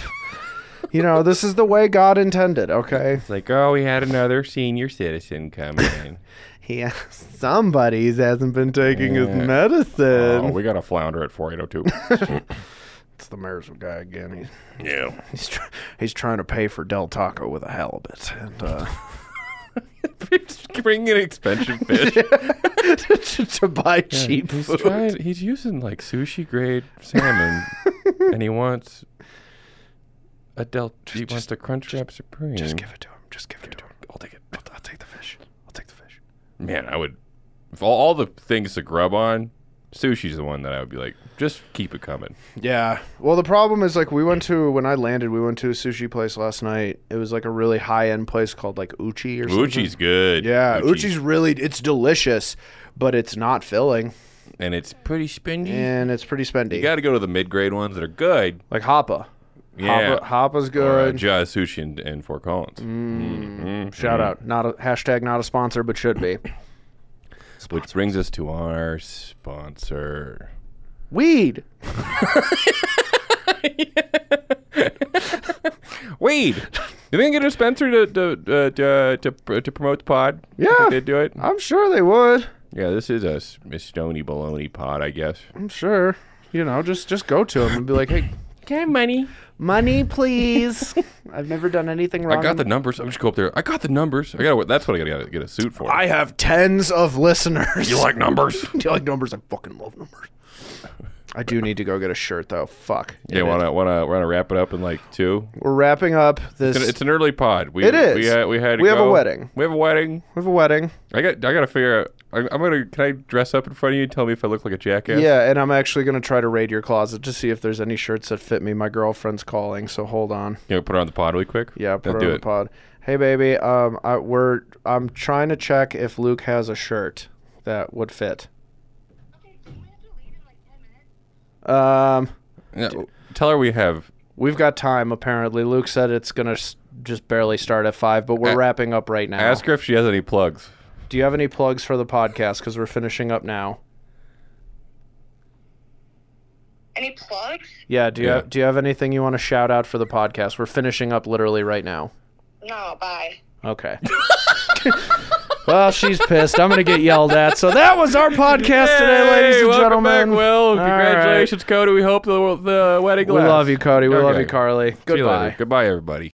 Speaker 2: you know, this is the way God intended. Okay.
Speaker 1: It's like, oh, we had another senior citizen come
Speaker 2: *laughs*
Speaker 1: in.
Speaker 2: Yeah. Somebody's hasn't been taking his
Speaker 1: Yeah.
Speaker 2: medicine.
Speaker 1: oh, we got a flounder at *laughs* 4802.
Speaker 2: It's the mayor's guy again. He's
Speaker 3: Yeah.
Speaker 2: he's, tr- he's trying to pay for Del Taco with a halibut, and. Uh,
Speaker 1: *laughs*
Speaker 2: *laughs*
Speaker 1: Bring an expensive *laughs* fish.
Speaker 2: to, to buy cheap
Speaker 1: he's
Speaker 2: food.
Speaker 1: trying. He's using like sushi grade *laughs* salmon, and he wants a del. He wants the Crunchwrap Supreme.
Speaker 2: Just give it to him. Just give it to him. I'll take it. I'll, I'll take the fish. I'll take the fish.
Speaker 1: Man, I would. Of all, all the things to grub on, sushi's the one that I would be like, just keep it coming.
Speaker 2: Yeah. Well, the problem is like we went to when I landed, we went to a sushi place last night. It was like a really high end place called like Uchi or something.
Speaker 1: Uchi's good.
Speaker 2: Yeah,
Speaker 1: Uchi's-
Speaker 2: Uchi's really it's delicious, but it's not filling
Speaker 1: and it's pretty spendy.
Speaker 2: and it's pretty spendy.
Speaker 1: You got to go to the mid grade ones that are good.
Speaker 2: like Hoppa.
Speaker 1: Yeah.
Speaker 2: Hoppa, Hoppa's
Speaker 1: Or, uh,
Speaker 2: good.
Speaker 1: Jai Sushi and, and Fort Collins. Mhm.
Speaker 2: Shout out. Not a hashtag not a sponsor, but should be. *coughs*
Speaker 1: Which brings us to our *laughs* sponsor.
Speaker 2: Weed.
Speaker 1: Weed. Do they get a Spencer to to uh, to, uh, to pr- to promote the pod?
Speaker 2: Yeah.
Speaker 1: Think they do it.
Speaker 2: I'm sure they would.
Speaker 1: Yeah, this is a, s- a stony baloney pod, I guess.
Speaker 2: I'm sure. You know, just just go to him and be like, "Hey,
Speaker 4: Okay, money.
Speaker 2: Money, please. *laughs* I've never done anything wrong.
Speaker 1: I got the numbers. I'm just go up there. I got the numbers. I got. That's what I got to get a suit for.
Speaker 2: I have tens of listeners.
Speaker 3: You like numbers?
Speaker 2: *laughs* Do you like numbers? I fucking love numbers. I do need to go get a shirt though. Fuck.
Speaker 1: yeah, want to want to want to wrap it up in like two.
Speaker 2: We're wrapping up this.
Speaker 1: It's an early pod. We,
Speaker 2: It is.
Speaker 1: We had, we had to
Speaker 2: We have a
Speaker 1: go.
Speaker 2: wedding.
Speaker 1: We have a wedding.
Speaker 2: we have a wedding.
Speaker 1: I got I got to figure out. I'm, I'm gonna. Can I dress up in front of you and tell me if I look like a jackass?
Speaker 2: Yeah, and I'm actually gonna try to raid your closet to see if there's any shirts that fit me. My girlfriend's calling, so hold on.
Speaker 1: You know, put it on the pod really quick.
Speaker 2: Yeah, put
Speaker 1: Then
Speaker 2: her
Speaker 1: do
Speaker 2: on the
Speaker 1: it.
Speaker 2: pod. Hey baby, um, I, we're I'm trying to check if Luke has a shirt that would fit.
Speaker 5: Okay, so we have to leave in like 10 minutes.
Speaker 2: Um.
Speaker 1: Yeah, tell her we have
Speaker 2: We've got time, apparently. Luke said it's going to s- just barely start at five, but we're
Speaker 1: A-
Speaker 2: wrapping up right now.
Speaker 1: Ask her if she has any plugs.
Speaker 2: do you have any plugs for the podcast? Because we're finishing up now.
Speaker 5: Any plugs?
Speaker 2: Yeah. Do you
Speaker 1: Yeah.
Speaker 2: Have, do you have anything you want to shout out for the podcast? We're finishing up literally right now.
Speaker 5: No, bye.
Speaker 1: *laughs*
Speaker 2: Okay. *laughs* well, she's pissed. I'm gonna get yelled at. So that was our podcast today, ladies and
Speaker 1: welcome
Speaker 2: gentlemen.
Speaker 1: Back, Will,
Speaker 2: All right.
Speaker 1: congratulations, Cody. We hope the the wedding.
Speaker 2: We love you, Cody. We love
Speaker 1: Okay.
Speaker 2: you, Carly.
Speaker 1: See you later.
Speaker 2: Goodbye.
Speaker 1: Goodbye, everybody.